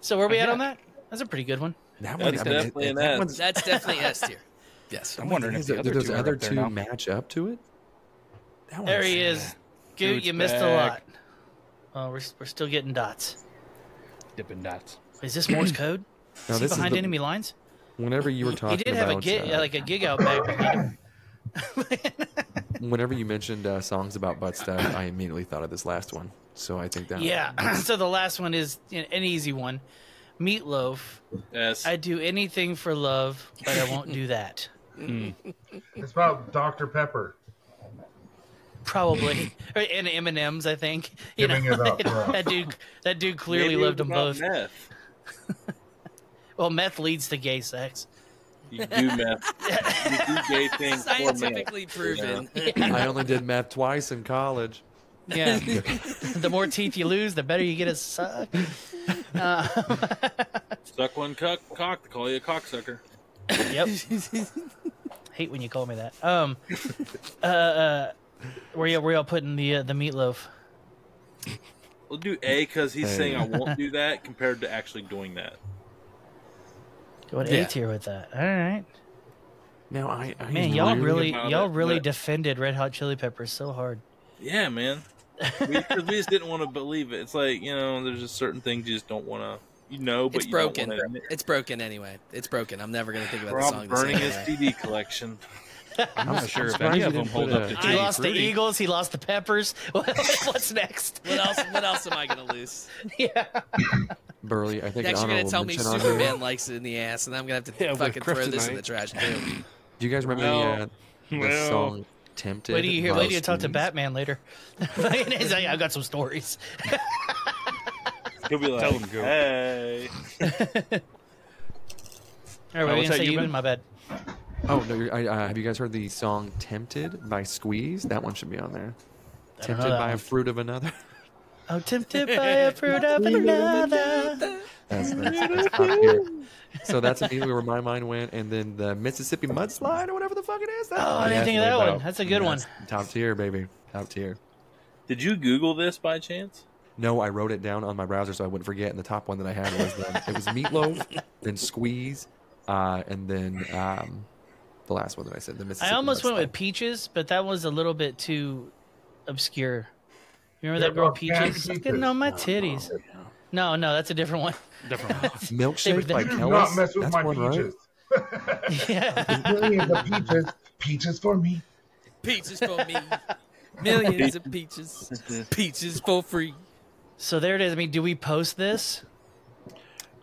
Speaker 6: So where we at on that? That's a pretty good one.
Speaker 3: That one- That's I mean, definitely it- an that S. one's-
Speaker 11: That's definitely S tier. Yes.
Speaker 2: I'm wondering if
Speaker 3: Do
Speaker 2: the other
Speaker 3: those
Speaker 2: two are
Speaker 3: other
Speaker 2: up there
Speaker 3: two
Speaker 2: now.
Speaker 3: match up to it.
Speaker 6: There he is. Goot,
Speaker 2: Goot's
Speaker 6: you missed a lot.
Speaker 2: back.
Speaker 6: Oh, we're, we're still getting dots.
Speaker 2: Dipping dots.
Speaker 6: Is this Morse code?
Speaker 3: No,
Speaker 6: is he
Speaker 3: this is
Speaker 6: behind
Speaker 3: the-
Speaker 6: enemy lines?
Speaker 3: Whenever you were
Speaker 6: He
Speaker 3: talking
Speaker 6: did
Speaker 3: about
Speaker 6: have a gig,
Speaker 3: uh,
Speaker 6: like a gig out back behind him.
Speaker 3: whenever you mentioned uh, songs about butt stuff, I immediately thought of this last one. So I think that
Speaker 6: Yeah. so the last one is you know, an easy one. Meatloaf.
Speaker 5: Yes.
Speaker 6: I do anything for love, but I won't do that.
Speaker 7: It's about Dr. Pepper.
Speaker 6: Probably. Or- and M and M's, I think. *laughs* You
Speaker 7: Giving
Speaker 6: know,
Speaker 7: it up,
Speaker 6: *laughs*
Speaker 7: bro.
Speaker 6: that dude. That dude clearly
Speaker 5: Maybe it
Speaker 6: loved
Speaker 5: was
Speaker 6: them
Speaker 5: about
Speaker 6: both.
Speaker 5: meth.
Speaker 6: Well, meth leads to gay sex.
Speaker 5: You do
Speaker 6: *laughs*
Speaker 5: meth. You do gay things for meth,
Speaker 6: Scientifically
Speaker 5: you know?
Speaker 6: proven.
Speaker 11: *laughs*
Speaker 3: I only did math twice in college.
Speaker 6: Yeah. *laughs* the more teeth you lose, the better you get at suck. Uh,
Speaker 5: Suck one cuck, cock. They call you a cocksucker.
Speaker 6: yep. Hate when you call me that. Um, uh, uh, where y'all, where y'all putting the uh, the meatloaf?
Speaker 5: We'll do A because he's
Speaker 6: Hey.
Speaker 5: saying I won't do that compared to actually doing that.
Speaker 6: Going
Speaker 5: Yeah.
Speaker 6: A tier with that. All right.
Speaker 3: Now I, I
Speaker 6: Man, y'all really
Speaker 5: about
Speaker 6: y'all
Speaker 5: it,
Speaker 6: really
Speaker 5: but-
Speaker 6: defended Red Hot Chili Peppers so hard.
Speaker 5: Yeah, man. We, 'cause *laughs* we just didn't want to believe it. It's like you know, there's just certain things you just don't want to. You know, but
Speaker 11: It's
Speaker 5: you
Speaker 11: broken.
Speaker 5: Don't wanna,
Speaker 11: It's broken anyway. It's broken. I'm never gonna think about the
Speaker 5: Rob
Speaker 11: song. the same
Speaker 5: burning his
Speaker 11: way.
Speaker 5: CD collection.
Speaker 2: I'm not sure if any of them hold up to
Speaker 6: He
Speaker 2: Tutti
Speaker 6: lost the
Speaker 2: Frutti.
Speaker 6: Eagles. He lost the Peppers. *laughs* What's next?
Speaker 11: What else? What else am I gonna lose?
Speaker 3: Burley, I think
Speaker 11: *laughs* Next,
Speaker 3: an
Speaker 11: you're gonna
Speaker 3: honorable
Speaker 11: tell me
Speaker 3: mention on
Speaker 11: Superman likes it in the ass, and I'm gonna have to
Speaker 4: with
Speaker 11: fucking throw this in
Speaker 4: kryptonite.
Speaker 11: the trash too.
Speaker 3: here. Do you guys remember
Speaker 11: Well,
Speaker 3: the, uh, the
Speaker 11: well.
Speaker 3: song "Tempted"?
Speaker 6: Wait do you hear?
Speaker 3: by
Speaker 6: Wait do you talk to
Speaker 3: Stevie?
Speaker 6: Batman later? *laughs* He's like, I've got some stories.
Speaker 5: He'll be like,
Speaker 2: Tell him, Goat.
Speaker 5: hey.
Speaker 6: All right,
Speaker 3: Uh,
Speaker 6: we're
Speaker 3: what's
Speaker 6: gonna
Speaker 3: that,
Speaker 6: say
Speaker 3: you
Speaker 6: you
Speaker 3: been?
Speaker 6: in my bed.
Speaker 3: Oh no! You're, I, uh, have you guys heard the song "Tempted" by Squeeze? That one should be on there.
Speaker 6: don't
Speaker 3: Tempted
Speaker 6: know that
Speaker 3: by a
Speaker 6: one.
Speaker 3: fruit of another. *laughs*
Speaker 6: Oh, tempted by a fruit *laughs* of another.
Speaker 3: That's, that's, that's top tier. So that's immediately where my mind went, and then the Mississippi mudslide or whatever the fuck it is. That's
Speaker 6: Oh, I didn't think of that one. That's a good one.
Speaker 3: Top tier, baby. Top tier.
Speaker 5: Did you Google this by chance?
Speaker 3: No, I wrote it down on my browser so I wouldn't forget. And the top one that I had was the, it was meatloaf,
Speaker 6: *laughs*
Speaker 3: then squeeze, uh, and then um, the last one that I said the Mississippi.
Speaker 6: I almost went
Speaker 3: Mudslide.
Speaker 6: with peaches, but that was a little bit too obscure. You remember
Speaker 3: Yeah,
Speaker 6: that girl
Speaker 3: well, yeah,
Speaker 6: peaches?
Speaker 3: peaches.
Speaker 6: Getting on my titties. No, no, that's a different one. *laughs*
Speaker 2: Different
Speaker 3: milkshake by
Speaker 7: You do
Speaker 3: Kellis.
Speaker 7: not mess with
Speaker 3: That's
Speaker 7: my
Speaker 3: one, right?
Speaker 7: peaches. yeah. Millions of peaches. Peaches for me.
Speaker 11: *laughs* Peaches for me. *laughs* Millions of peaches. Peaches for free.
Speaker 6: So there it is. I mean, do we post this?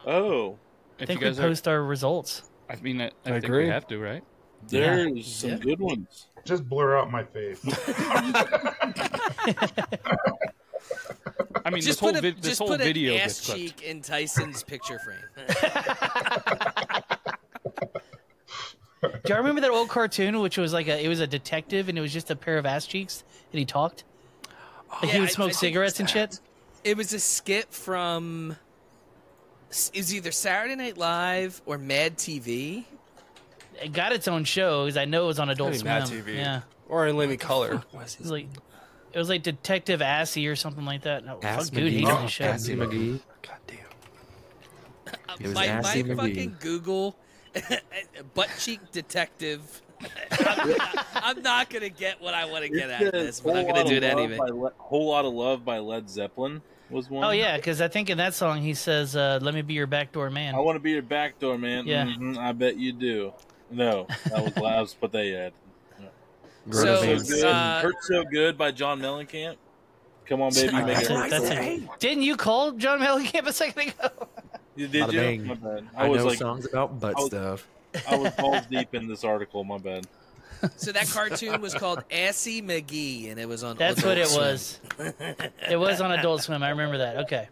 Speaker 5: Oh,
Speaker 6: I
Speaker 2: If
Speaker 6: think
Speaker 2: you
Speaker 6: we
Speaker 2: guys are-
Speaker 6: post our results.
Speaker 2: I mean, I, I, think
Speaker 6: agree.
Speaker 2: we have to, right?
Speaker 5: There's some good ones.
Speaker 7: Just blur out my face.
Speaker 2: I mean, this
Speaker 11: Just
Speaker 2: whole,
Speaker 11: put, a,
Speaker 2: vid- this
Speaker 11: just
Speaker 2: whole
Speaker 11: put an
Speaker 2: video
Speaker 11: ass
Speaker 2: gets clipped.
Speaker 11: cheek in Tyson's picture frame.
Speaker 6: Do you remember that old cartoon, which was like a it was a detective and it was just a pair of ass cheeks and he talked? Like he
Speaker 11: *laughs* Yeah,
Speaker 6: would
Speaker 11: I-
Speaker 6: smoke
Speaker 11: I think
Speaker 6: cigarettes and shit.
Speaker 11: It was a skit from it was either Saturday Night Live or Mad TV.
Speaker 6: It got its own show because I know it was on Adult
Speaker 4: Maybe
Speaker 6: Swim.
Speaker 4: Mad TV.
Speaker 6: Yeah,
Speaker 4: Or in Living Color.
Speaker 6: it was like it was like Detective Assy or something like that. No,
Speaker 4: Ass
Speaker 6: fuck, dude,
Speaker 4: McGee.
Speaker 6: hated
Speaker 4: Oh,
Speaker 6: the show.
Speaker 4: Assy McGee.
Speaker 3: It was
Speaker 11: Uh, my
Speaker 3: Assy
Speaker 11: my
Speaker 3: McGee.
Speaker 11: fucking Google *laughs* butt cheek detective. *laughs* I'm, not, I'm not gonna get what I want to get out of this, but I'm gonna do it anyway.
Speaker 5: whole lot of love by Led Zeppelin was one.
Speaker 6: Oh yeah, because I think in that song he says, uh, "Let me be your backdoor man."
Speaker 5: I want to be your backdoor man.
Speaker 6: Yeah.
Speaker 5: Mhm, I bet you do. No, that was last, but they had.
Speaker 11: Grown So,
Speaker 5: Hurt
Speaker 11: Advance.
Speaker 5: so good.
Speaker 11: uh,
Speaker 5: Hurt so good by John Mellencamp. Come on, baby, make it hurt.
Speaker 6: That's
Speaker 5: so
Speaker 6: it.
Speaker 5: good.
Speaker 6: Didn't you call John Mellencamp a second ago?
Speaker 5: You did
Speaker 3: Bada
Speaker 5: you?
Speaker 3: bing.
Speaker 5: My bad.
Speaker 3: I,
Speaker 5: I, was
Speaker 3: know
Speaker 5: like
Speaker 3: songs about butt
Speaker 5: I
Speaker 7: oh,
Speaker 5: was-
Speaker 3: stuff.
Speaker 5: I was
Speaker 3: *laughs*
Speaker 5: balls deep in this article. My bad.
Speaker 11: So that cartoon was called Assy McGee, and it was on.
Speaker 6: That's
Speaker 11: Adult
Speaker 6: what it
Speaker 11: Swim.
Speaker 6: was. It was on Adult Swim. I remember that. Okay,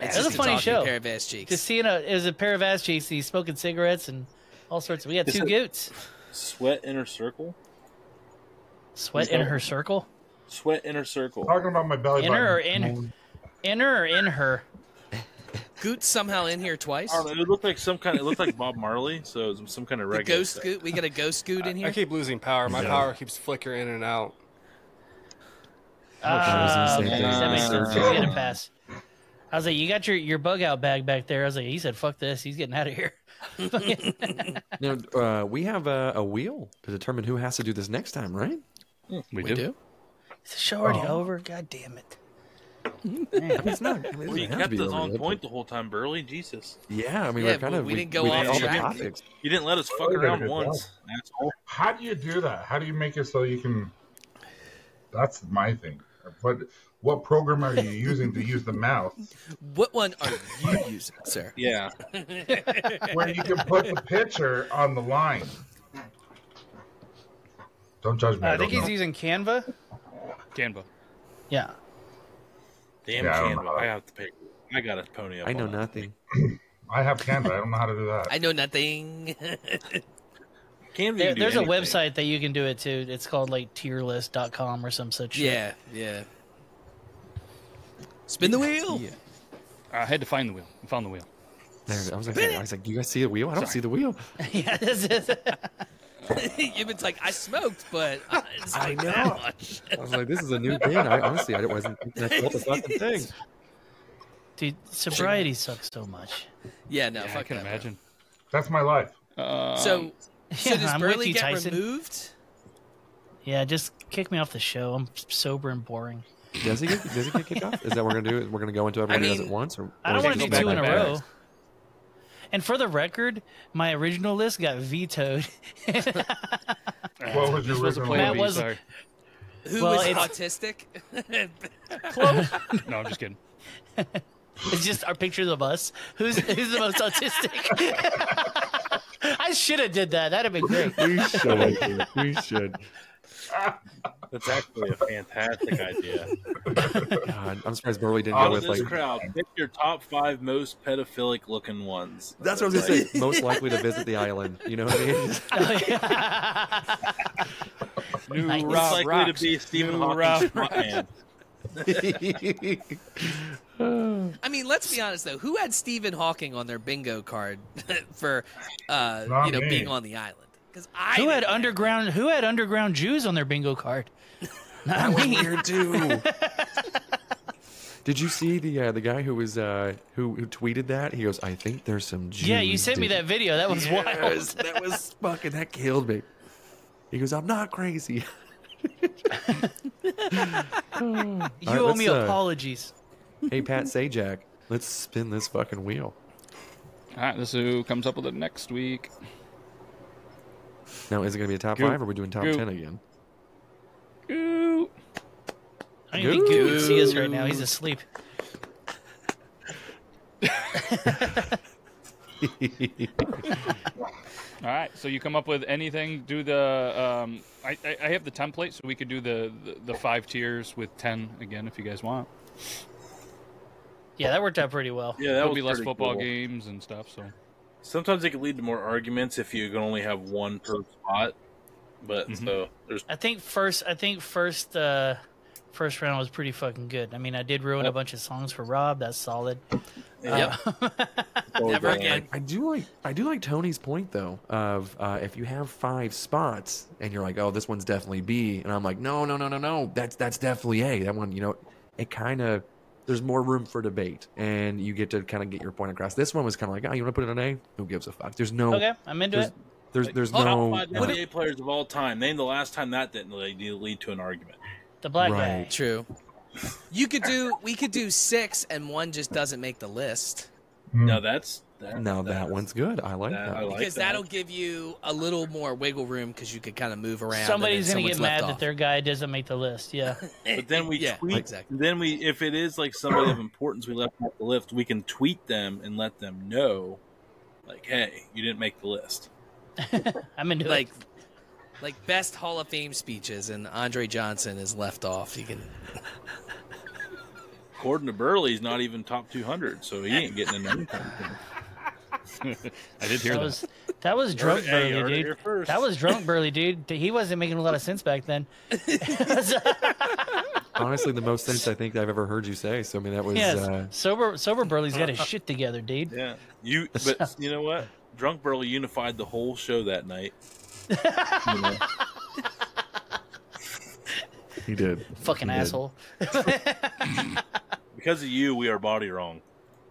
Speaker 11: It's
Speaker 6: It was a
Speaker 11: just
Speaker 6: funny
Speaker 11: talking
Speaker 6: show.
Speaker 11: Pair of ass cheeks.
Speaker 6: just seeing a it was a pair of ass cheeks. and He's smoking cigarettes and all sorts. of... We got
Speaker 5: Is
Speaker 6: two
Speaker 5: it-
Speaker 6: goots.
Speaker 5: Sweat inner circle.
Speaker 6: Sweat in her circle.
Speaker 5: Sweat inner circle.
Speaker 7: Talking about my belly
Speaker 6: In her or
Speaker 7: button.
Speaker 6: in, in her or in her.
Speaker 11: Goot somehow in here twice.
Speaker 5: I don't know. It looked like some kind. It looked like Bob Marley. So it was some kind of
Speaker 11: The
Speaker 5: reggae.
Speaker 11: ghost
Speaker 5: stuff.
Speaker 11: Goot. We got a ghost Goot in
Speaker 4: I
Speaker 11: here.
Speaker 4: keep losing power. My
Speaker 3: Yeah.
Speaker 4: power keeps flickering in and out.
Speaker 6: Ah,
Speaker 3: same
Speaker 6: okay,
Speaker 5: thing.
Speaker 6: that makes sense.
Speaker 5: Yeah.
Speaker 6: We had a pass. I was like, you got your, your bug out bag back there. I was like, he said, fuck this. He's getting out of here. *laughs*
Speaker 3: Now uh, we have a, a wheel to determine who has to do this next time, right?
Speaker 2: We, do.
Speaker 6: Is the show already over? God damn it.
Speaker 3: I mean, it's not. I mean, it
Speaker 5: Well, you
Speaker 3: doesn't have to be
Speaker 5: kept us
Speaker 3: over,
Speaker 5: on
Speaker 3: but-
Speaker 5: point the whole time, Burley. Jesus,
Speaker 3: Yeah, I mean,
Speaker 11: Yeah,
Speaker 3: we're kind
Speaker 11: we-
Speaker 3: of
Speaker 11: we didn't go
Speaker 3: we
Speaker 11: off
Speaker 3: all the
Speaker 11: track.
Speaker 3: topics.
Speaker 5: you didn't let us fuck
Speaker 7: Oh,
Speaker 5: around
Speaker 7: there's a
Speaker 5: once, asshole.
Speaker 7: How do you do that? How do you make it so you can? That's my thing. What what program are you using to use the mouth
Speaker 11: What one are you using, sir?
Speaker 5: Yeah,
Speaker 7: where you can put the picture on the line? Don't judge me. I,
Speaker 6: I think
Speaker 7: don't
Speaker 6: he's
Speaker 7: know.
Speaker 6: using Canva.
Speaker 2: Canva.
Speaker 6: Yeah.
Speaker 5: damn
Speaker 7: Yeah, I don't know.
Speaker 5: Canva. I have to pay. I got a pony up.
Speaker 3: I know
Speaker 5: on that.
Speaker 3: nothing.
Speaker 7: I have Canva. I don't know how to do that.
Speaker 11: I know nothing. *laughs*
Speaker 5: Canva.
Speaker 6: There-
Speaker 5: can do
Speaker 6: there's
Speaker 5: anything.
Speaker 6: a website that you can do it to. It's called like tierlist.com or some such shit.
Speaker 11: yeah, yeah. Spin the wheel.
Speaker 2: I had to find the wheel. I found the wheel.
Speaker 3: There, I was like, I was like, do you guys see the wheel? I don't see the wheel.
Speaker 6: *laughs* yeah. This is,
Speaker 11: You've been like, I smoked, but I, it's
Speaker 3: I
Speaker 11: like that
Speaker 3: know.
Speaker 11: much.
Speaker 3: I was like, this is a new thing. I honestly, I
Speaker 6: *laughs*
Speaker 3: wasn't thinking that's what the fucking thing.
Speaker 6: dude, sobriety sucks so much.
Speaker 11: Yeah, no,
Speaker 2: Yeah,
Speaker 11: fuck
Speaker 2: I can
Speaker 11: that, bro.
Speaker 2: imagine.
Speaker 7: That's my life.
Speaker 2: Um,
Speaker 11: So, so
Speaker 6: Yeah,
Speaker 11: does
Speaker 6: I'm with
Speaker 11: Burley
Speaker 6: you,
Speaker 11: get
Speaker 6: Tyson.
Speaker 11: removed?
Speaker 6: Yeah, just kick me off the show. I'm sober and boring.
Speaker 3: Does he get? Does he get kicked off? Is that what we're gonna do? We're gonna go into everyone who does
Speaker 11: mean,
Speaker 3: it once, or
Speaker 6: I don't
Speaker 3: or
Speaker 6: want
Speaker 3: is
Speaker 6: to
Speaker 3: it
Speaker 6: do
Speaker 3: go
Speaker 6: two
Speaker 3: back
Speaker 6: in a
Speaker 3: to
Speaker 6: row.
Speaker 3: back?
Speaker 6: And for the record, my original list got vetoed.
Speaker 7: What was your
Speaker 2: this was a
Speaker 7: original?
Speaker 2: play
Speaker 6: That
Speaker 2: B,
Speaker 6: was-
Speaker 2: sorry.
Speaker 11: Who
Speaker 6: Well,
Speaker 11: is
Speaker 6: it's-
Speaker 11: autistic? *laughs*
Speaker 2: No, I'm just kidding.
Speaker 6: *laughs* It's just our pictures of us. Who's who's the most autistic? *laughs* I should have did that. That'd have been great.
Speaker 3: We should. We should.
Speaker 5: That's actually a fantastic idea.
Speaker 3: *laughs* God, I'm surprised Burley didn't
Speaker 5: Out
Speaker 3: go with
Speaker 5: of this
Speaker 3: like.
Speaker 5: crowd, pick your top five most pedophilic looking ones.
Speaker 3: That's what I was gonna say. *laughs* Most likely to visit the island. You know what I mean?
Speaker 2: New
Speaker 6: Nice.
Speaker 5: Most
Speaker 2: Rob
Speaker 5: likely
Speaker 2: rocks.
Speaker 5: to be
Speaker 2: New
Speaker 5: Stephen *laughs* Hawking's
Speaker 2: Rob
Speaker 5: frontman.
Speaker 3: *laughs*
Speaker 11: I mean, let's be honest though. Who had Stephen Hawking on their bingo card *laughs* for uh,
Speaker 7: Not
Speaker 11: you know
Speaker 7: me.
Speaker 11: being on the island? Because I
Speaker 6: who had
Speaker 11: didn't.
Speaker 6: underground who had underground Jews on their bingo card?
Speaker 3: That was weird too. *laughs* Did you see the uh, the guy who was uh, who who tweeted that? He goes, "I think there's some Jews."
Speaker 6: yeah, you sent me that
Speaker 3: digging."
Speaker 6: video. That was wild.
Speaker 3: Yes, *laughs* that was fucking that killed me. He goes, "I'm not crazy." *laughs*
Speaker 6: You
Speaker 3: All right,
Speaker 6: owe
Speaker 3: let's,
Speaker 6: me
Speaker 3: uh,
Speaker 6: apologies.
Speaker 3: hey, Pat Sajak, let's spin this fucking wheel.
Speaker 2: All right, this is who comes up with it next week.
Speaker 3: Now, is it gonna be a top
Speaker 2: Goop.
Speaker 3: five? Or are we doing top
Speaker 2: Goop.
Speaker 3: ten again?
Speaker 2: Ooh.
Speaker 6: I don't even think Goo would see us right now. He's asleep.
Speaker 2: All right, so you come up with anything. Do the um, I, I, I have the template, so we could do the, the the five tiers with ten again if you guys want.
Speaker 6: Yeah, that worked out pretty well.
Speaker 5: Yeah, that
Speaker 2: There'll
Speaker 5: would
Speaker 2: be less football games and stuff. So
Speaker 5: Sometimes it can lead to more arguments if you can only have one per spot. But so there's
Speaker 6: I think first, I think first, uh, first round was pretty fucking good. I mean, I did ruin a bunch of songs for Rob. That's solid.
Speaker 5: *laughs*
Speaker 11: Yep. Never again.
Speaker 3: I do like I do like Tony's point though of uh, if you have five spots and you're like oh this one's definitely B and I'm like no no no no no that's that's definitely A that one you know it kind of there's more room for debate and you get to kind of get your point across this one was kind of like oh you want to put it on A who gives a fuck there's no
Speaker 6: Okay, I'm into
Speaker 3: there's,
Speaker 6: it.
Speaker 3: there's there's
Speaker 5: top
Speaker 3: no
Speaker 5: five
Speaker 3: uh,
Speaker 5: NBA players of all time. Name the last time that didn't lead lead to an argument.
Speaker 6: The black
Speaker 3: right.
Speaker 6: guy.
Speaker 11: True. You could do. We could do six, and one just doesn't make the list
Speaker 5: No, that's that,
Speaker 3: No, Hmm. that one's good. I like
Speaker 5: that-
Speaker 3: that.
Speaker 5: I
Speaker 3: one.
Speaker 5: like
Speaker 11: because
Speaker 5: that.
Speaker 11: that'll give you a little more wiggle room because you could kind of move around. and then
Speaker 6: Somebody's gonna get
Speaker 11: someone's
Speaker 6: mad
Speaker 11: left
Speaker 6: that
Speaker 11: off.
Speaker 6: their guy doesn't make the list. Yeah.
Speaker 5: But then we
Speaker 11: Yeah,
Speaker 5: tweet.
Speaker 11: exactly.
Speaker 5: Then we, if it is like somebody of importance, we left off the list. We can tweet them and let them know, like, hey, you didn't make the list.
Speaker 6: I'm *laughs* into
Speaker 11: like
Speaker 6: it.
Speaker 11: like best Hall of Fame speeches, and Andre Johnson is left off. You can
Speaker 5: According to Burley's not even top 200, so he ain't getting in.
Speaker 2: *laughs* I did hear that.
Speaker 6: That was that was drunk
Speaker 5: Hey, you heard it
Speaker 6: burly,
Speaker 5: here
Speaker 6: dude.
Speaker 5: first.
Speaker 6: That was drunk burly, dude. He wasn't making a lot of sense back then. *laughs*
Speaker 3: Honestly, the most sense I think I've ever heard you say. So I mean, that was
Speaker 6: yes,
Speaker 3: uh,
Speaker 6: sober sober burly's got his shit together, dude.
Speaker 5: Yeah, you. But you know what? Drunk Burley unified the whole show that night. You know?
Speaker 3: he did.
Speaker 6: Fucking
Speaker 3: He did.
Speaker 6: asshole.
Speaker 5: Because of you, we are body wrong.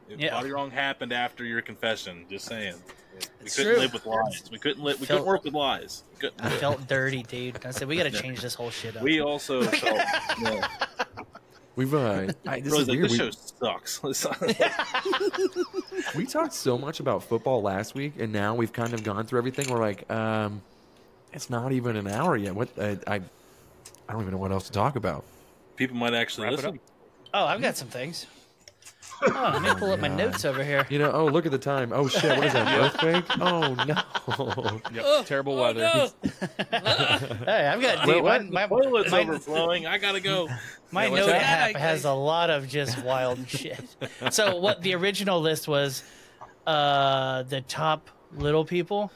Speaker 5: If
Speaker 6: Yeah.
Speaker 5: Body wrong happened after your confession. Just saying. We
Speaker 11: It's
Speaker 5: couldn't
Speaker 11: true.
Speaker 5: live with lies. We couldn't live. We
Speaker 6: Felt-
Speaker 5: couldn't work with lies. We, couldn't
Speaker 6: I
Speaker 5: do it.
Speaker 6: felt dirty, dude. I said we got to change this whole shit up.
Speaker 5: we
Speaker 2: *laughs*
Speaker 5: also felt. Yeah.
Speaker 3: We've
Speaker 6: *laughs*
Speaker 3: uh, I, this
Speaker 5: Bro's
Speaker 3: is
Speaker 5: like,
Speaker 3: weird.
Speaker 5: this
Speaker 3: We,
Speaker 5: show sucks. *laughs* Let's not-
Speaker 3: we talked so much about football last week, and now we've kind of gone through everything. We're like, um, it's not even an hour yet. What I, I, I don't even know what else to talk about.
Speaker 5: People might actually
Speaker 2: Wrap it
Speaker 5: listen.
Speaker 6: oh, I've got some things. Oh, let me pull up my
Speaker 3: God.
Speaker 6: notes over here.
Speaker 3: You know, oh look at the time. Oh shit, what is that? Earthquake? Oh no. *laughs*
Speaker 2: Yep, terrible
Speaker 11: oh,
Speaker 2: weather.
Speaker 6: Hey, I've got dude, my, my,
Speaker 5: Toilet's
Speaker 6: my-
Speaker 5: overflowing. I gotta go.
Speaker 6: My
Speaker 11: Yeah, what's
Speaker 6: note
Speaker 11: *laughs* that?
Speaker 6: app
Speaker 11: Yeah, I-
Speaker 6: has
Speaker 11: I-
Speaker 6: a lot of
Speaker 11: *laughs*
Speaker 6: just wild shit. So what the original list was uh the top little people.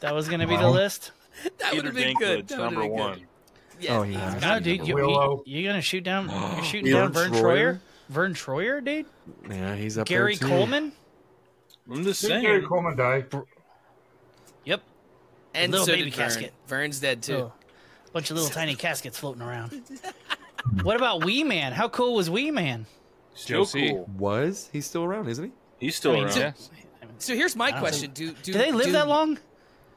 Speaker 6: That was gonna be the list.
Speaker 11: that would
Speaker 5: Peter
Speaker 11: have been good.
Speaker 5: Dinklage,
Speaker 11: That would've
Speaker 5: number
Speaker 11: been good.
Speaker 5: one.
Speaker 11: Yeah,
Speaker 3: Oh, yeah.
Speaker 6: No, dude, you,
Speaker 7: Willow.
Speaker 6: you, are gonna shoot down you're shooting
Speaker 3: Vern
Speaker 6: down Vern
Speaker 3: Troyer?
Speaker 6: Troyer? Vern Troyer, dude?
Speaker 3: Yeah, he's up
Speaker 6: Gary
Speaker 3: there too.
Speaker 6: Coleman?
Speaker 5: I'm just
Speaker 7: Didn't Gary
Speaker 5: saying.
Speaker 7: Coleman die?
Speaker 6: Yep.
Speaker 11: and
Speaker 6: Little
Speaker 11: so
Speaker 6: baby
Speaker 11: did Vern.
Speaker 6: casket.
Speaker 11: Vern's dead too.
Speaker 6: Oh, bunch of little tiny caskets floating around. What about Wee Man? How cool was Wee Man?
Speaker 5: Still
Speaker 2: Josie.
Speaker 5: cool.
Speaker 3: Was he's still around, isn't he?
Speaker 5: He's still
Speaker 6: I mean,
Speaker 5: around.
Speaker 2: Yeah.
Speaker 6: *laughs*
Speaker 11: So here's my
Speaker 6: don't
Speaker 11: question: Do
Speaker 6: Do
Speaker 11: do,
Speaker 6: they live
Speaker 11: do-
Speaker 6: that long?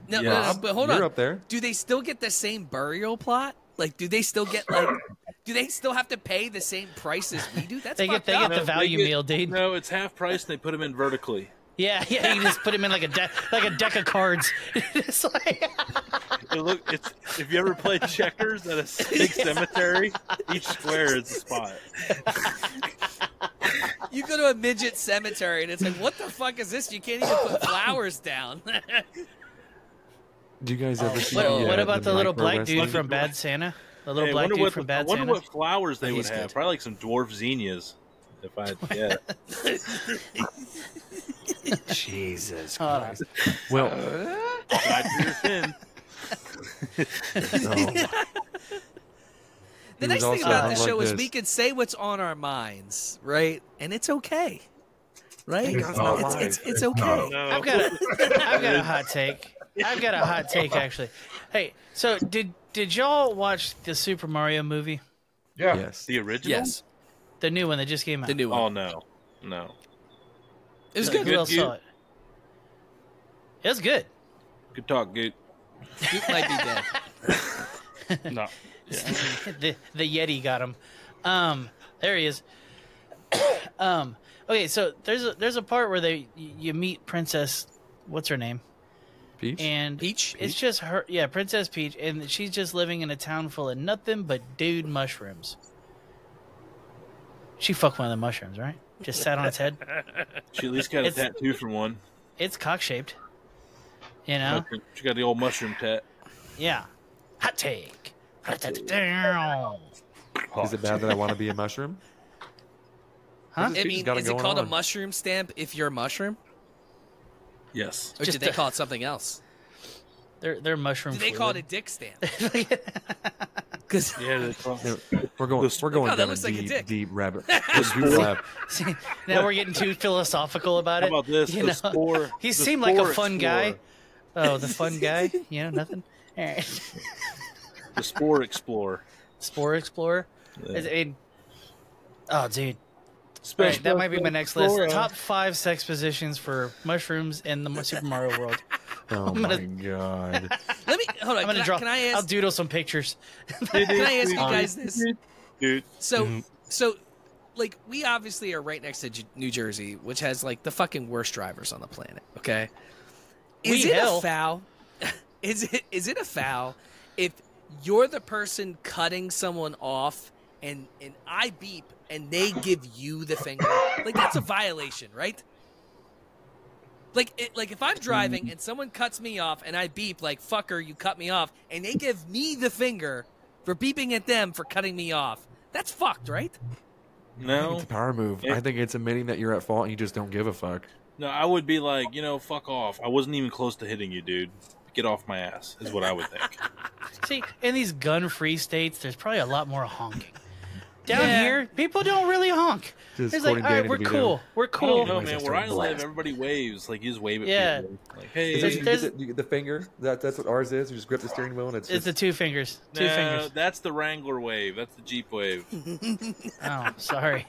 Speaker 11: No,
Speaker 5: Yeah.
Speaker 11: no, no, but hold
Speaker 3: You're
Speaker 11: on.
Speaker 3: up there.
Speaker 11: Do they still get the same burial plot? Like, do they still get
Speaker 3: *coughs*
Speaker 11: like? Do they still have to pay the same price as we do? That's
Speaker 6: They get
Speaker 11: fucked
Speaker 6: they
Speaker 11: up.
Speaker 6: get the value
Speaker 5: They get-
Speaker 6: meal, dude.
Speaker 5: No, it's half price and they put him in vertically.
Speaker 6: *laughs* Yeah, yeah, you just put him in like a deck, like a deck of cards. *laughs* it's like,
Speaker 5: It look, it's if you ever play checkers at a *laughs* big cemetery, each square is a spot.
Speaker 11: You go to a midget cemetery and it's like, what the fuck is this? You can't even
Speaker 3: *coughs*
Speaker 11: put flowers down. *laughs*
Speaker 3: Do you guys ever see
Speaker 6: what,
Speaker 3: the, uh,
Speaker 6: what about the, little
Speaker 3: micro
Speaker 6: black dude
Speaker 3: wrestling?
Speaker 6: from Bad Santa? The little
Speaker 5: Hey, I
Speaker 6: black
Speaker 5: wonder
Speaker 6: dude
Speaker 5: what
Speaker 6: from
Speaker 5: the- I
Speaker 6: Bad
Speaker 5: wonder
Speaker 6: Santa.
Speaker 5: what flowers they would
Speaker 11: He's
Speaker 5: have.
Speaker 11: good.
Speaker 5: Probably like some dwarf zinnias. If
Speaker 11: *laughs*
Speaker 5: I yeah,
Speaker 3: Jesus
Speaker 6: Hold on.
Speaker 3: Christ. Well,
Speaker 5: Side to your fin.
Speaker 11: the
Speaker 3: He was
Speaker 11: nice thing
Speaker 3: also
Speaker 11: about
Speaker 3: hung
Speaker 11: this
Speaker 3: like
Speaker 11: show is
Speaker 3: this.
Speaker 11: we can say what's on our minds, right? And it's okay, right?
Speaker 7: It's not
Speaker 11: It's,
Speaker 3: live.
Speaker 11: it's, it's
Speaker 7: It's
Speaker 11: okay.
Speaker 7: not.
Speaker 5: No.
Speaker 6: I've got a, *laughs* I've got a hot take. I've got a hot take actually. Hey, so did did y'all watch the Super Mario movie,
Speaker 7: Yeah.
Speaker 3: yes.
Speaker 5: the original.
Speaker 11: Yes,
Speaker 6: the new one that just came out?
Speaker 11: the new one.
Speaker 5: Oh no, no.
Speaker 11: it was
Speaker 6: Who
Speaker 11: good.
Speaker 6: else
Speaker 5: dude.
Speaker 6: saw it? It was good.
Speaker 5: Good talk, Goot.
Speaker 11: *laughs* Duke might be
Speaker 2: *laughs*
Speaker 11: dead.
Speaker 2: No.
Speaker 6: *laughs* the the Yeti got him. Um, there he is. *coughs* um, okay, so there's a there's a part where they you meet Princess, what's her name,
Speaker 3: Peach?
Speaker 6: and
Speaker 11: Peach?
Speaker 6: It's just her, yeah, Princess Peach, and she's just living in a town full of nothing but dude mushrooms. She fucked one of the mushrooms, right? Just sat on its
Speaker 11: *laughs*
Speaker 6: head.
Speaker 5: She at least got a
Speaker 6: It's-
Speaker 5: tattoo from one.
Speaker 6: It's cock shaped. You know.
Speaker 5: She got the old mushroom tat.
Speaker 6: Yeah. Hot take. Hot take.
Speaker 3: Is it bad that I want to be a mushroom?
Speaker 6: Huh?
Speaker 3: This
Speaker 11: *laughs* I
Speaker 3: dude's
Speaker 11: mean,
Speaker 3: got
Speaker 11: is it
Speaker 3: going
Speaker 11: called a
Speaker 3: on.
Speaker 11: mushroom stamp if you're a mushroom?
Speaker 5: Yes.
Speaker 11: Or did they call it something *laughs* else?
Speaker 6: They're they're mushroom.
Speaker 11: Did they call it a dick *laughs* stamp?
Speaker 6: *laughs*
Speaker 5: yeah, they
Speaker 11: *laughs*
Speaker 3: we're going. We're going
Speaker 11: Oh, that
Speaker 3: down a
Speaker 11: looks like a
Speaker 3: deep,
Speaker 11: dick.
Speaker 3: deep
Speaker 11: *laughs*
Speaker 3: rabbit. deep rabbit.
Speaker 6: *laughs* now we're getting too philosophical about
Speaker 5: How
Speaker 6: it.
Speaker 5: about this?
Speaker 6: You
Speaker 5: The
Speaker 6: know?
Speaker 5: Spore-
Speaker 6: *laughs* he
Speaker 5: the
Speaker 6: seemed like
Speaker 5: Spore
Speaker 6: a fun guy.
Speaker 5: Explorer.
Speaker 6: Oh, the
Speaker 5: *laughs*
Speaker 6: fun guy. You know nothing. All right.
Speaker 5: The Spore Explorer.
Speaker 6: Spore Explorer. Is- I mean- oh, dude. All
Speaker 5: Space
Speaker 6: right, that might be my next list.
Speaker 5: Explorer.
Speaker 6: Top five sex positions for mushrooms in the
Speaker 5: *laughs*
Speaker 6: Super Mario World.
Speaker 3: Oh
Speaker 6: I'm gonna-
Speaker 3: my
Speaker 11: *laughs*
Speaker 3: god.
Speaker 11: Let me hold on.
Speaker 6: I'm gonna
Speaker 11: can,
Speaker 6: draw.
Speaker 11: I, can I
Speaker 6: I'll
Speaker 11: ask?
Speaker 6: doodle some pictures.
Speaker 11: Can I ask you guys this?
Speaker 5: Dude.
Speaker 11: So, so, like, we obviously are right next to J- New Jersey, which has like the fucking worst drivers on the planet. Okay, is
Speaker 6: We
Speaker 11: it
Speaker 6: hell.
Speaker 11: a foul? *laughs* is it is it a foul if you're the person cutting someone off and and I beep and they give you the finger? Like that's a violation, right? Like, it, like if I'm driving and someone cuts me off and I beep like "fucker," you cut me off, and they give me the finger for beeping at them for cutting me off. That's fucked, right?
Speaker 3: I think
Speaker 5: No,
Speaker 3: it's a power move. I think it's admitting that you're at fault and you just don't give a fuck.
Speaker 5: no, I would be like, you know, fuck off. I wasn't even close to hitting you, dude. Get off my ass is what I would think.
Speaker 6: See, in these gun-free states, there's probably a lot more honking. Down
Speaker 11: Yeah.
Speaker 6: here, people don't really honk.
Speaker 3: Just
Speaker 6: it's like,
Speaker 3: quoting
Speaker 6: all right,
Speaker 3: Danny
Speaker 6: we're
Speaker 3: DeVito.
Speaker 6: cool. We're
Speaker 5: Oh,
Speaker 6: *laughs* cool.
Speaker 5: no,
Speaker 3: Everybody's
Speaker 5: man,
Speaker 3: just
Speaker 5: where I
Speaker 3: doing
Speaker 5: live,
Speaker 3: blast.
Speaker 5: everybody waves. Like you just wave at
Speaker 6: Yeah.
Speaker 5: people. Like,
Speaker 3: Is
Speaker 5: hey,
Speaker 3: that,
Speaker 6: There's-
Speaker 3: you
Speaker 6: there's-
Speaker 3: get the, you get the finger. That, that's what ours is. You just grip the steering wheel and it's.
Speaker 6: It's the
Speaker 3: just,
Speaker 6: two fingers. Two
Speaker 5: no,
Speaker 6: fingers.
Speaker 5: that's the Wrangler wave. That's the Jeep wave.
Speaker 6: Oh, sorry.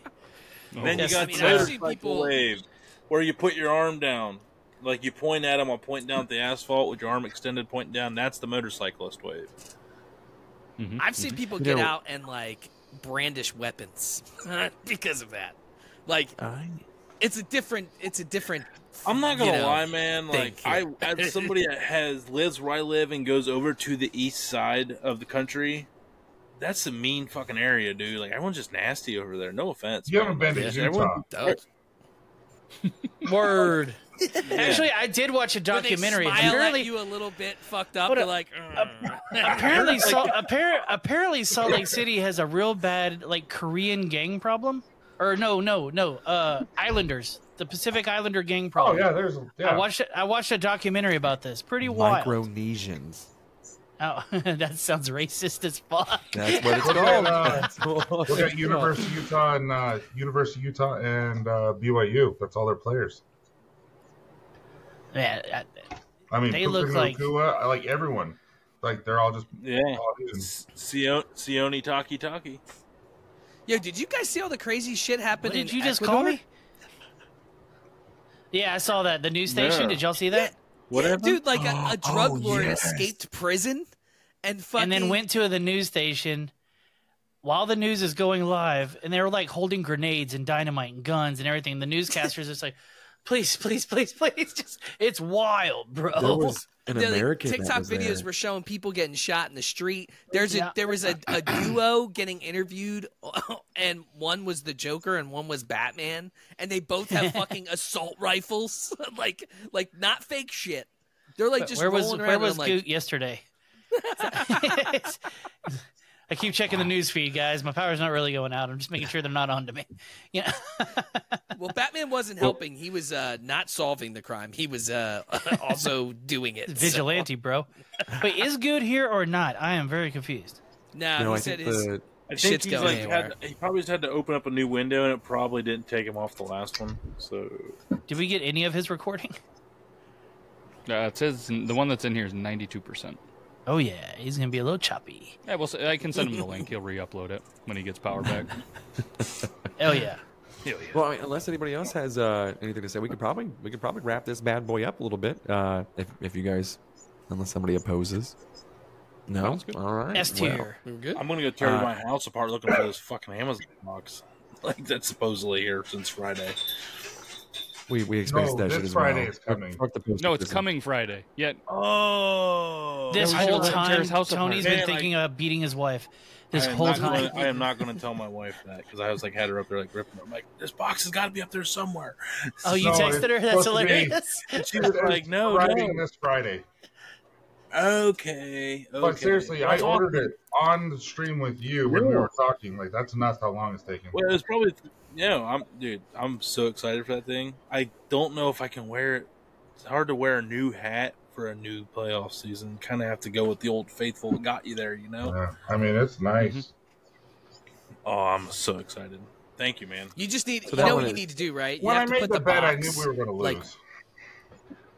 Speaker 5: *laughs*
Speaker 11: Oh,
Speaker 5: Then you
Speaker 6: Yes,
Speaker 5: got
Speaker 6: I mean,
Speaker 5: the
Speaker 6: I've
Speaker 11: seen
Speaker 5: motorcycle
Speaker 11: people-
Speaker 5: wave, where you put your arm down, like you point at them. I'll point down at the asphalt with your arm extended, pointing down. That's the motorcyclist wave.
Speaker 2: Mm-hmm.
Speaker 11: I've seen people
Speaker 3: You
Speaker 11: get
Speaker 3: know-
Speaker 11: out and like brandish weapons *laughs* because of that. Like
Speaker 3: I,
Speaker 11: it's a different, it's a different.
Speaker 5: I'm not gonna
Speaker 11: you know,
Speaker 5: lie, man. Like
Speaker 11: thank
Speaker 5: I,
Speaker 11: you. *laughs*
Speaker 5: as somebody that has lives where I live and goes over to the east side of the country, that's a mean fucking area, dude. Like everyone's just nasty over there. No offense.
Speaker 7: You
Speaker 5: man.
Speaker 7: haven't been to
Speaker 5: Like,
Speaker 7: Utah.
Speaker 11: Dope.
Speaker 6: Word.
Speaker 5: yeah.
Speaker 6: Actually, I did watch a
Speaker 11: When they
Speaker 6: documentary.
Speaker 11: smile
Speaker 6: and apparently,
Speaker 11: at you a little bit, fucked up.
Speaker 6: What
Speaker 11: You're
Speaker 6: a-
Speaker 11: like, "Ugh."
Speaker 7: *laughs*
Speaker 6: apparently, Salt, appar- apparently, Salt Lake City has a real bad like Korean gang problem. Or no, no, no. Uh, Islanders, the Pacific Islander gang
Speaker 7: Oh
Speaker 6: problem.
Speaker 7: yeah, there's a- yeah.
Speaker 6: I watched. it- I watched a documentary about this. Pretty wild.
Speaker 3: Micronesians.
Speaker 6: Oh, *laughs* that sounds racist as fuck.
Speaker 11: *laughs*
Speaker 3: That's what it's
Speaker 7: Look at, uh,
Speaker 3: called.
Speaker 7: look at University of Utah and uh, University of Utah and uh, BYU. That's all their players.
Speaker 6: Yeah,
Speaker 7: I mean,
Speaker 6: They look
Speaker 7: Puka
Speaker 6: like-
Speaker 7: Nakua, I like everyone. Like they're all just.
Speaker 5: yeah.
Speaker 7: all dudes.
Speaker 5: S- Sio- Sione Taki Taki.
Speaker 11: *laughs* Yo, did you guys see all the crazy shit happen
Speaker 6: What did
Speaker 11: in
Speaker 6: you just call
Speaker 11: Ecuador?
Speaker 6: me? Yeah, I saw that. The news station.
Speaker 5: Yeah.
Speaker 6: Did y'all see that?
Speaker 5: Whatever.
Speaker 11: Dude,
Speaker 3: *gasps*
Speaker 11: like a, a drug
Speaker 3: Oh,
Speaker 11: lord
Speaker 3: yes.
Speaker 11: escaped prison and fucking
Speaker 6: and then went to the news station while the news is going live, and they were like holding grenades and dynamite and guns and everything. the newscasters just like, *laughs* please, please, please, please, just it's wild, bro.
Speaker 3: There was an
Speaker 11: the, like,
Speaker 3: American that
Speaker 11: TikTok
Speaker 3: was
Speaker 11: videos
Speaker 3: there.
Speaker 11: were showing people getting shot in the street. There's a
Speaker 6: Yeah.
Speaker 11: there was a, a duo getting interviewed, *laughs* and one was the Joker and one was Batman, and they both
Speaker 3: *laughs*
Speaker 11: have fucking assault rifles, *laughs* like like not fake shit. They're like
Speaker 6: But
Speaker 11: just
Speaker 6: where was
Speaker 11: rolling
Speaker 6: where
Speaker 11: around. and
Speaker 6: was
Speaker 11: I'm like,
Speaker 6: Goot *laughs* yesterday? I keep checking the news feed, guys. My power's not really going out. I'm just making sure they're not on to me. You know?
Speaker 11: well,
Speaker 6: *laughs*
Speaker 11: Batman wasn't helping. He was uh, not solving the crime. He was uh, *laughs* also doing it. so-
Speaker 6: vigilante, bro. Wait, is Good here or not? I am very confused.
Speaker 11: No,
Speaker 3: No,
Speaker 11: he
Speaker 3: I
Speaker 11: said
Speaker 3: think
Speaker 11: his.
Speaker 3: the,
Speaker 5: I think
Speaker 11: Shit's
Speaker 5: he's
Speaker 11: going
Speaker 5: like
Speaker 11: anywhere.
Speaker 5: had, he probably just had to open up a new window, and it probably didn't take him off the last one. So
Speaker 6: Did we get any of his recording? *laughs*
Speaker 2: Uh, it says the one that's in here is 92%.
Speaker 6: Oh yeah, he's gonna be a little choppy.
Speaker 2: Yeah, well, s- I can send him the link. He'll re-upload it when he gets power back.
Speaker 6: Oh yeah.
Speaker 3: Well, I mean, unless anybody else has uh, anything to say, we could probably we could probably wrap this bad boy up a little bit. Uh, if if you guys, unless somebody opposes. No.
Speaker 2: Sounds good.
Speaker 3: All right.
Speaker 6: S
Speaker 3: well,
Speaker 6: tier.
Speaker 11: We were good.
Speaker 5: I'm gonna go tear
Speaker 3: Uh,
Speaker 5: my house apart looking for this fucking Amazon box. *laughs* Like that's supposedly here since Friday.
Speaker 3: we we experienced
Speaker 7: No,
Speaker 3: that shit
Speaker 7: this
Speaker 3: as well.
Speaker 7: Friday is
Speaker 3: Fuck-
Speaker 7: coming.
Speaker 3: fuck the
Speaker 2: No, it's
Speaker 3: postage.
Speaker 2: coming Friday. Yet
Speaker 5: Oh,
Speaker 6: This
Speaker 2: Yeah, we should
Speaker 6: whole
Speaker 2: let him tear
Speaker 6: time,
Speaker 2: his house apart.
Speaker 6: Tony's been
Speaker 5: Man, like-
Speaker 6: thinking about beating his wife. This
Speaker 5: I am
Speaker 6: whole
Speaker 5: not
Speaker 6: time.
Speaker 5: gonna- I am not going to tell my wife that because I was like had her up there like ripping. Her. I'm like, this box has got to be up there somewhere.
Speaker 6: oh, you
Speaker 7: No,
Speaker 6: texted her? That's
Speaker 7: it's supposed to
Speaker 5: *laughs*
Speaker 7: be-
Speaker 6: hilarious.
Speaker 5: And she was like, no,
Speaker 7: Friday
Speaker 5: no.
Speaker 7: this Friday.
Speaker 5: okay, okay.
Speaker 7: But seriously, I
Speaker 5: Well,
Speaker 7: ordered it on the stream with you when we were talking. Like that's nuts how long it's taking.
Speaker 5: Well, it's probably yeah. I'm dude. I'm so excited for that thing. I don't know if I can wear it
Speaker 12: It's hard to wear a new hat for a new playoff season. Kind of have to go with the old faithful that got you there, you know?
Speaker 7: Yeah, I mean, it's nice.
Speaker 12: Oh, I'm so excited. Thank you, man.
Speaker 11: You just need
Speaker 12: So
Speaker 11: you
Speaker 12: that
Speaker 11: know
Speaker 12: one
Speaker 11: what you
Speaker 12: is-
Speaker 11: need to do, right?
Speaker 12: When
Speaker 11: you
Speaker 12: I
Speaker 11: have
Speaker 12: made
Speaker 11: to put
Speaker 12: the bet, I
Speaker 11: box,
Speaker 12: knew we were gonna
Speaker 11: like,
Speaker 12: lose.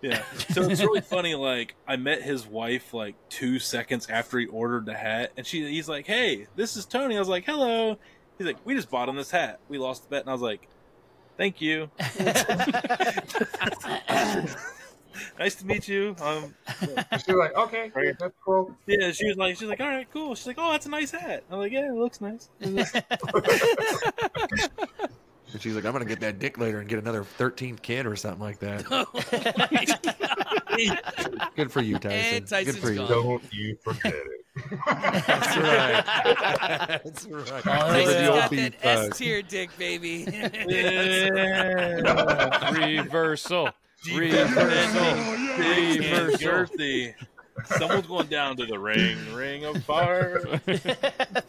Speaker 12: Yeah. So it's really funny. Like I met his wife like two seconds after he ordered the hat, and she he's like, "Hey, this is Tony." I was like, "Hello." He's like, "We just bought him this hat. We lost the bet," and I was like, "Thank you. *laughs* nice to meet you." Um,
Speaker 7: She's like, okay, yeah, that's cool.
Speaker 12: yeah, she was like, she's like, "All right, cool." She's like, "Oh, that's a nice hat." I'm like, "Yeah, it looks nice."
Speaker 3: And she's like, I'm gonna get that dick later and get another 13th kid or something like that. *laughs*
Speaker 6: *laughs*
Speaker 11: *laughs*
Speaker 3: Good for you, Tyson.
Speaker 11: And
Speaker 3: Good for you.
Speaker 11: Tyson's gone.
Speaker 7: Don't you forget it.
Speaker 3: *laughs*
Speaker 7: *laughs*
Speaker 3: That's right. That's right.
Speaker 11: Tyson's
Speaker 3: Remember the
Speaker 11: got
Speaker 3: old
Speaker 11: that
Speaker 3: beef bug.
Speaker 11: S tier
Speaker 3: *laughs*
Speaker 11: dick, baby. *laughs*
Speaker 2: Reversal. Reversal.
Speaker 12: Reversal.
Speaker 2: Reversal.
Speaker 12: Someone's going down to the ring. Ring of fire.
Speaker 3: uh,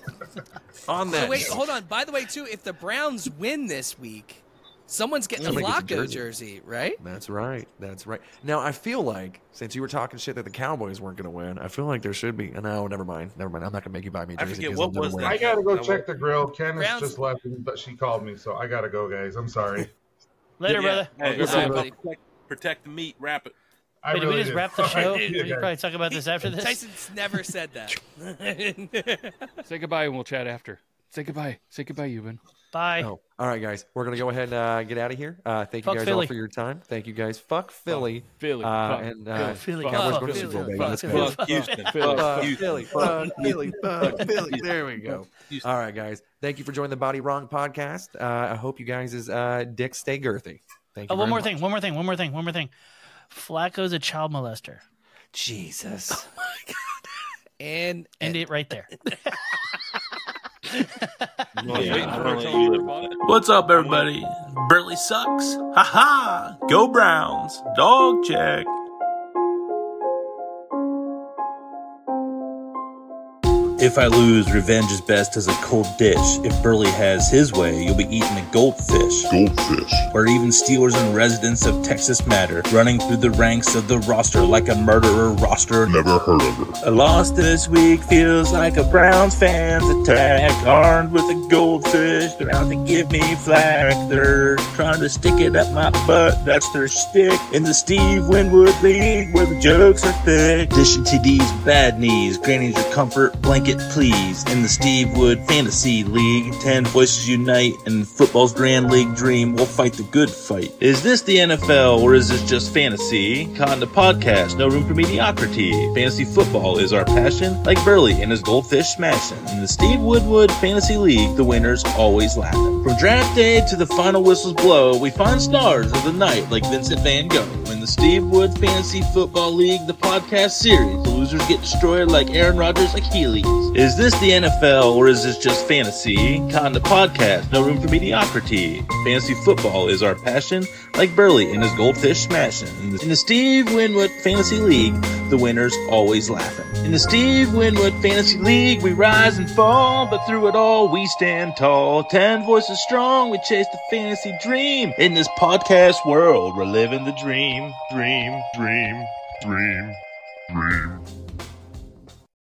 Speaker 3: On
Speaker 11: So
Speaker 3: that,
Speaker 11: wait,
Speaker 3: note,
Speaker 11: hold on. By the way, too, if the Browns win this week, someone's getting a
Speaker 3: Somebody gets a
Speaker 11: Flacco
Speaker 3: jersey.
Speaker 11: jersey, right?
Speaker 3: That's right. That's right. Now I feel like since you were talking shit that the Cowboys weren't going to win, I feel like there should be. uh, No, never mind. Never mind. I'm not going to make you buy me a
Speaker 12: I
Speaker 3: jersey.
Speaker 12: forget
Speaker 3: 'cause
Speaker 12: what
Speaker 3: they'll
Speaker 12: was
Speaker 3: never
Speaker 12: that.
Speaker 7: I
Speaker 3: win.
Speaker 7: gotta go
Speaker 12: Now,
Speaker 7: check the grill. Candace
Speaker 11: Browns-
Speaker 7: just left, but she called me, so I gotta go, guys. I'm sorry.
Speaker 6: Later, brother.
Speaker 12: Hey,
Speaker 2: Good
Speaker 11: night,
Speaker 12: uh,
Speaker 11: buddy.
Speaker 12: protect, protect the meat. Wrap it.
Speaker 7: I
Speaker 6: Wait, did
Speaker 7: really
Speaker 6: we just
Speaker 7: did.
Speaker 5: *laughs*
Speaker 6: wrap
Speaker 7: *laughs*
Speaker 6: the
Speaker 7: Sorry.
Speaker 6: show?
Speaker 7: Yeah,
Speaker 6: We
Speaker 7: guys.
Speaker 6: can probably talk about this after this.
Speaker 11: Tyson's never said
Speaker 3: *laughs*
Speaker 11: that.
Speaker 2: Say goodbye and we'll chat after. Say goodbye. Say goodbye, Euban.
Speaker 6: Bye.
Speaker 3: Oh, all right, guys. We're going to go ahead and uh, get out of here. Uh, thank
Speaker 6: Fuck
Speaker 3: you guys all
Speaker 6: Philly.
Speaker 3: for your time. Thank you guys. Fuck Philly.
Speaker 2: Philly.
Speaker 3: Uh,
Speaker 2: Fuck
Speaker 3: and uh,
Speaker 6: Philly.
Speaker 3: Cowboys
Speaker 11: Fuck
Speaker 3: going to Super Bowl,
Speaker 11: Philly.
Speaker 3: baby.
Speaker 11: Fuck
Speaker 3: Let's go.
Speaker 11: Philly.
Speaker 12: Fuck Houston. Fuck
Speaker 3: Fuck Philly.
Speaker 12: Houston.
Speaker 3: Fuck Philly. Fuck Philly.
Speaker 12: Houston.
Speaker 3: There we go.
Speaker 12: Houston.
Speaker 3: All right, guys. Thank you for joining the Body Wrong podcast. Uh, I hope you guys' is, uh, dick stay girthy. Thank you.
Speaker 6: Oh,
Speaker 3: very
Speaker 6: one more
Speaker 3: much.
Speaker 6: thing. One more thing. One more thing. One more thing. Flacco's a child molester.
Speaker 3: Jesus.
Speaker 11: and
Speaker 6: End it right there.
Speaker 12: Yeah, I don't
Speaker 2: Tony,
Speaker 12: know.
Speaker 2: you bought it?
Speaker 13: What's up, everybody? Burley sucks. Haha! Go Browns. Dog check.
Speaker 5: If I lose, revenge is best as a cold dish. If Burley has his way, you'll be eating a goldfish. Goldfish. Where even Steelers and residents of Texas matter, running through the ranks of the roster like a murderer roster. Never heard of her. A loss this week feels like a Browns fans attack, armed with a goldfish. They're out to give me flack. They're trying to stick it up my butt. That's their stick in the Steve Winwood League where the jokes are thick. Dishing TDs, bad knees, grannies your comfort blanket, please. In the Steve Wood Fantasy League, ten voices unite, and football's grand league dream will fight the good fight. Is this the NFL or is this just fantasy? Conda podcast, no room for mediocrity. Fantasy football is our passion, like Burley and his goldfish smashing. In the Steve Woodwood Fantasy League, the winners always laughing. From draft day to the final whistles blow, we find stars of the night like Vincent Van Gogh. In the Steve Wood Fantasy Football League, the podcast series, the losers get destroyed like Aaron Rodgers' Achilles. Is this the NFL or is this just fantasy? Conda podcast, no room for mediocrity. Fantasy football is our passion, like Burley and his goldfish smashing. In the, in the Steve Winwood Fantasy League, the winners always laughing. In the Steve Winwood Fantasy League, we rise and fall, but through it all, we stand tall. Ten voices strong, we chase the fantasy dream. In this podcast world, we're living the dream, dream, dream, dream, dream.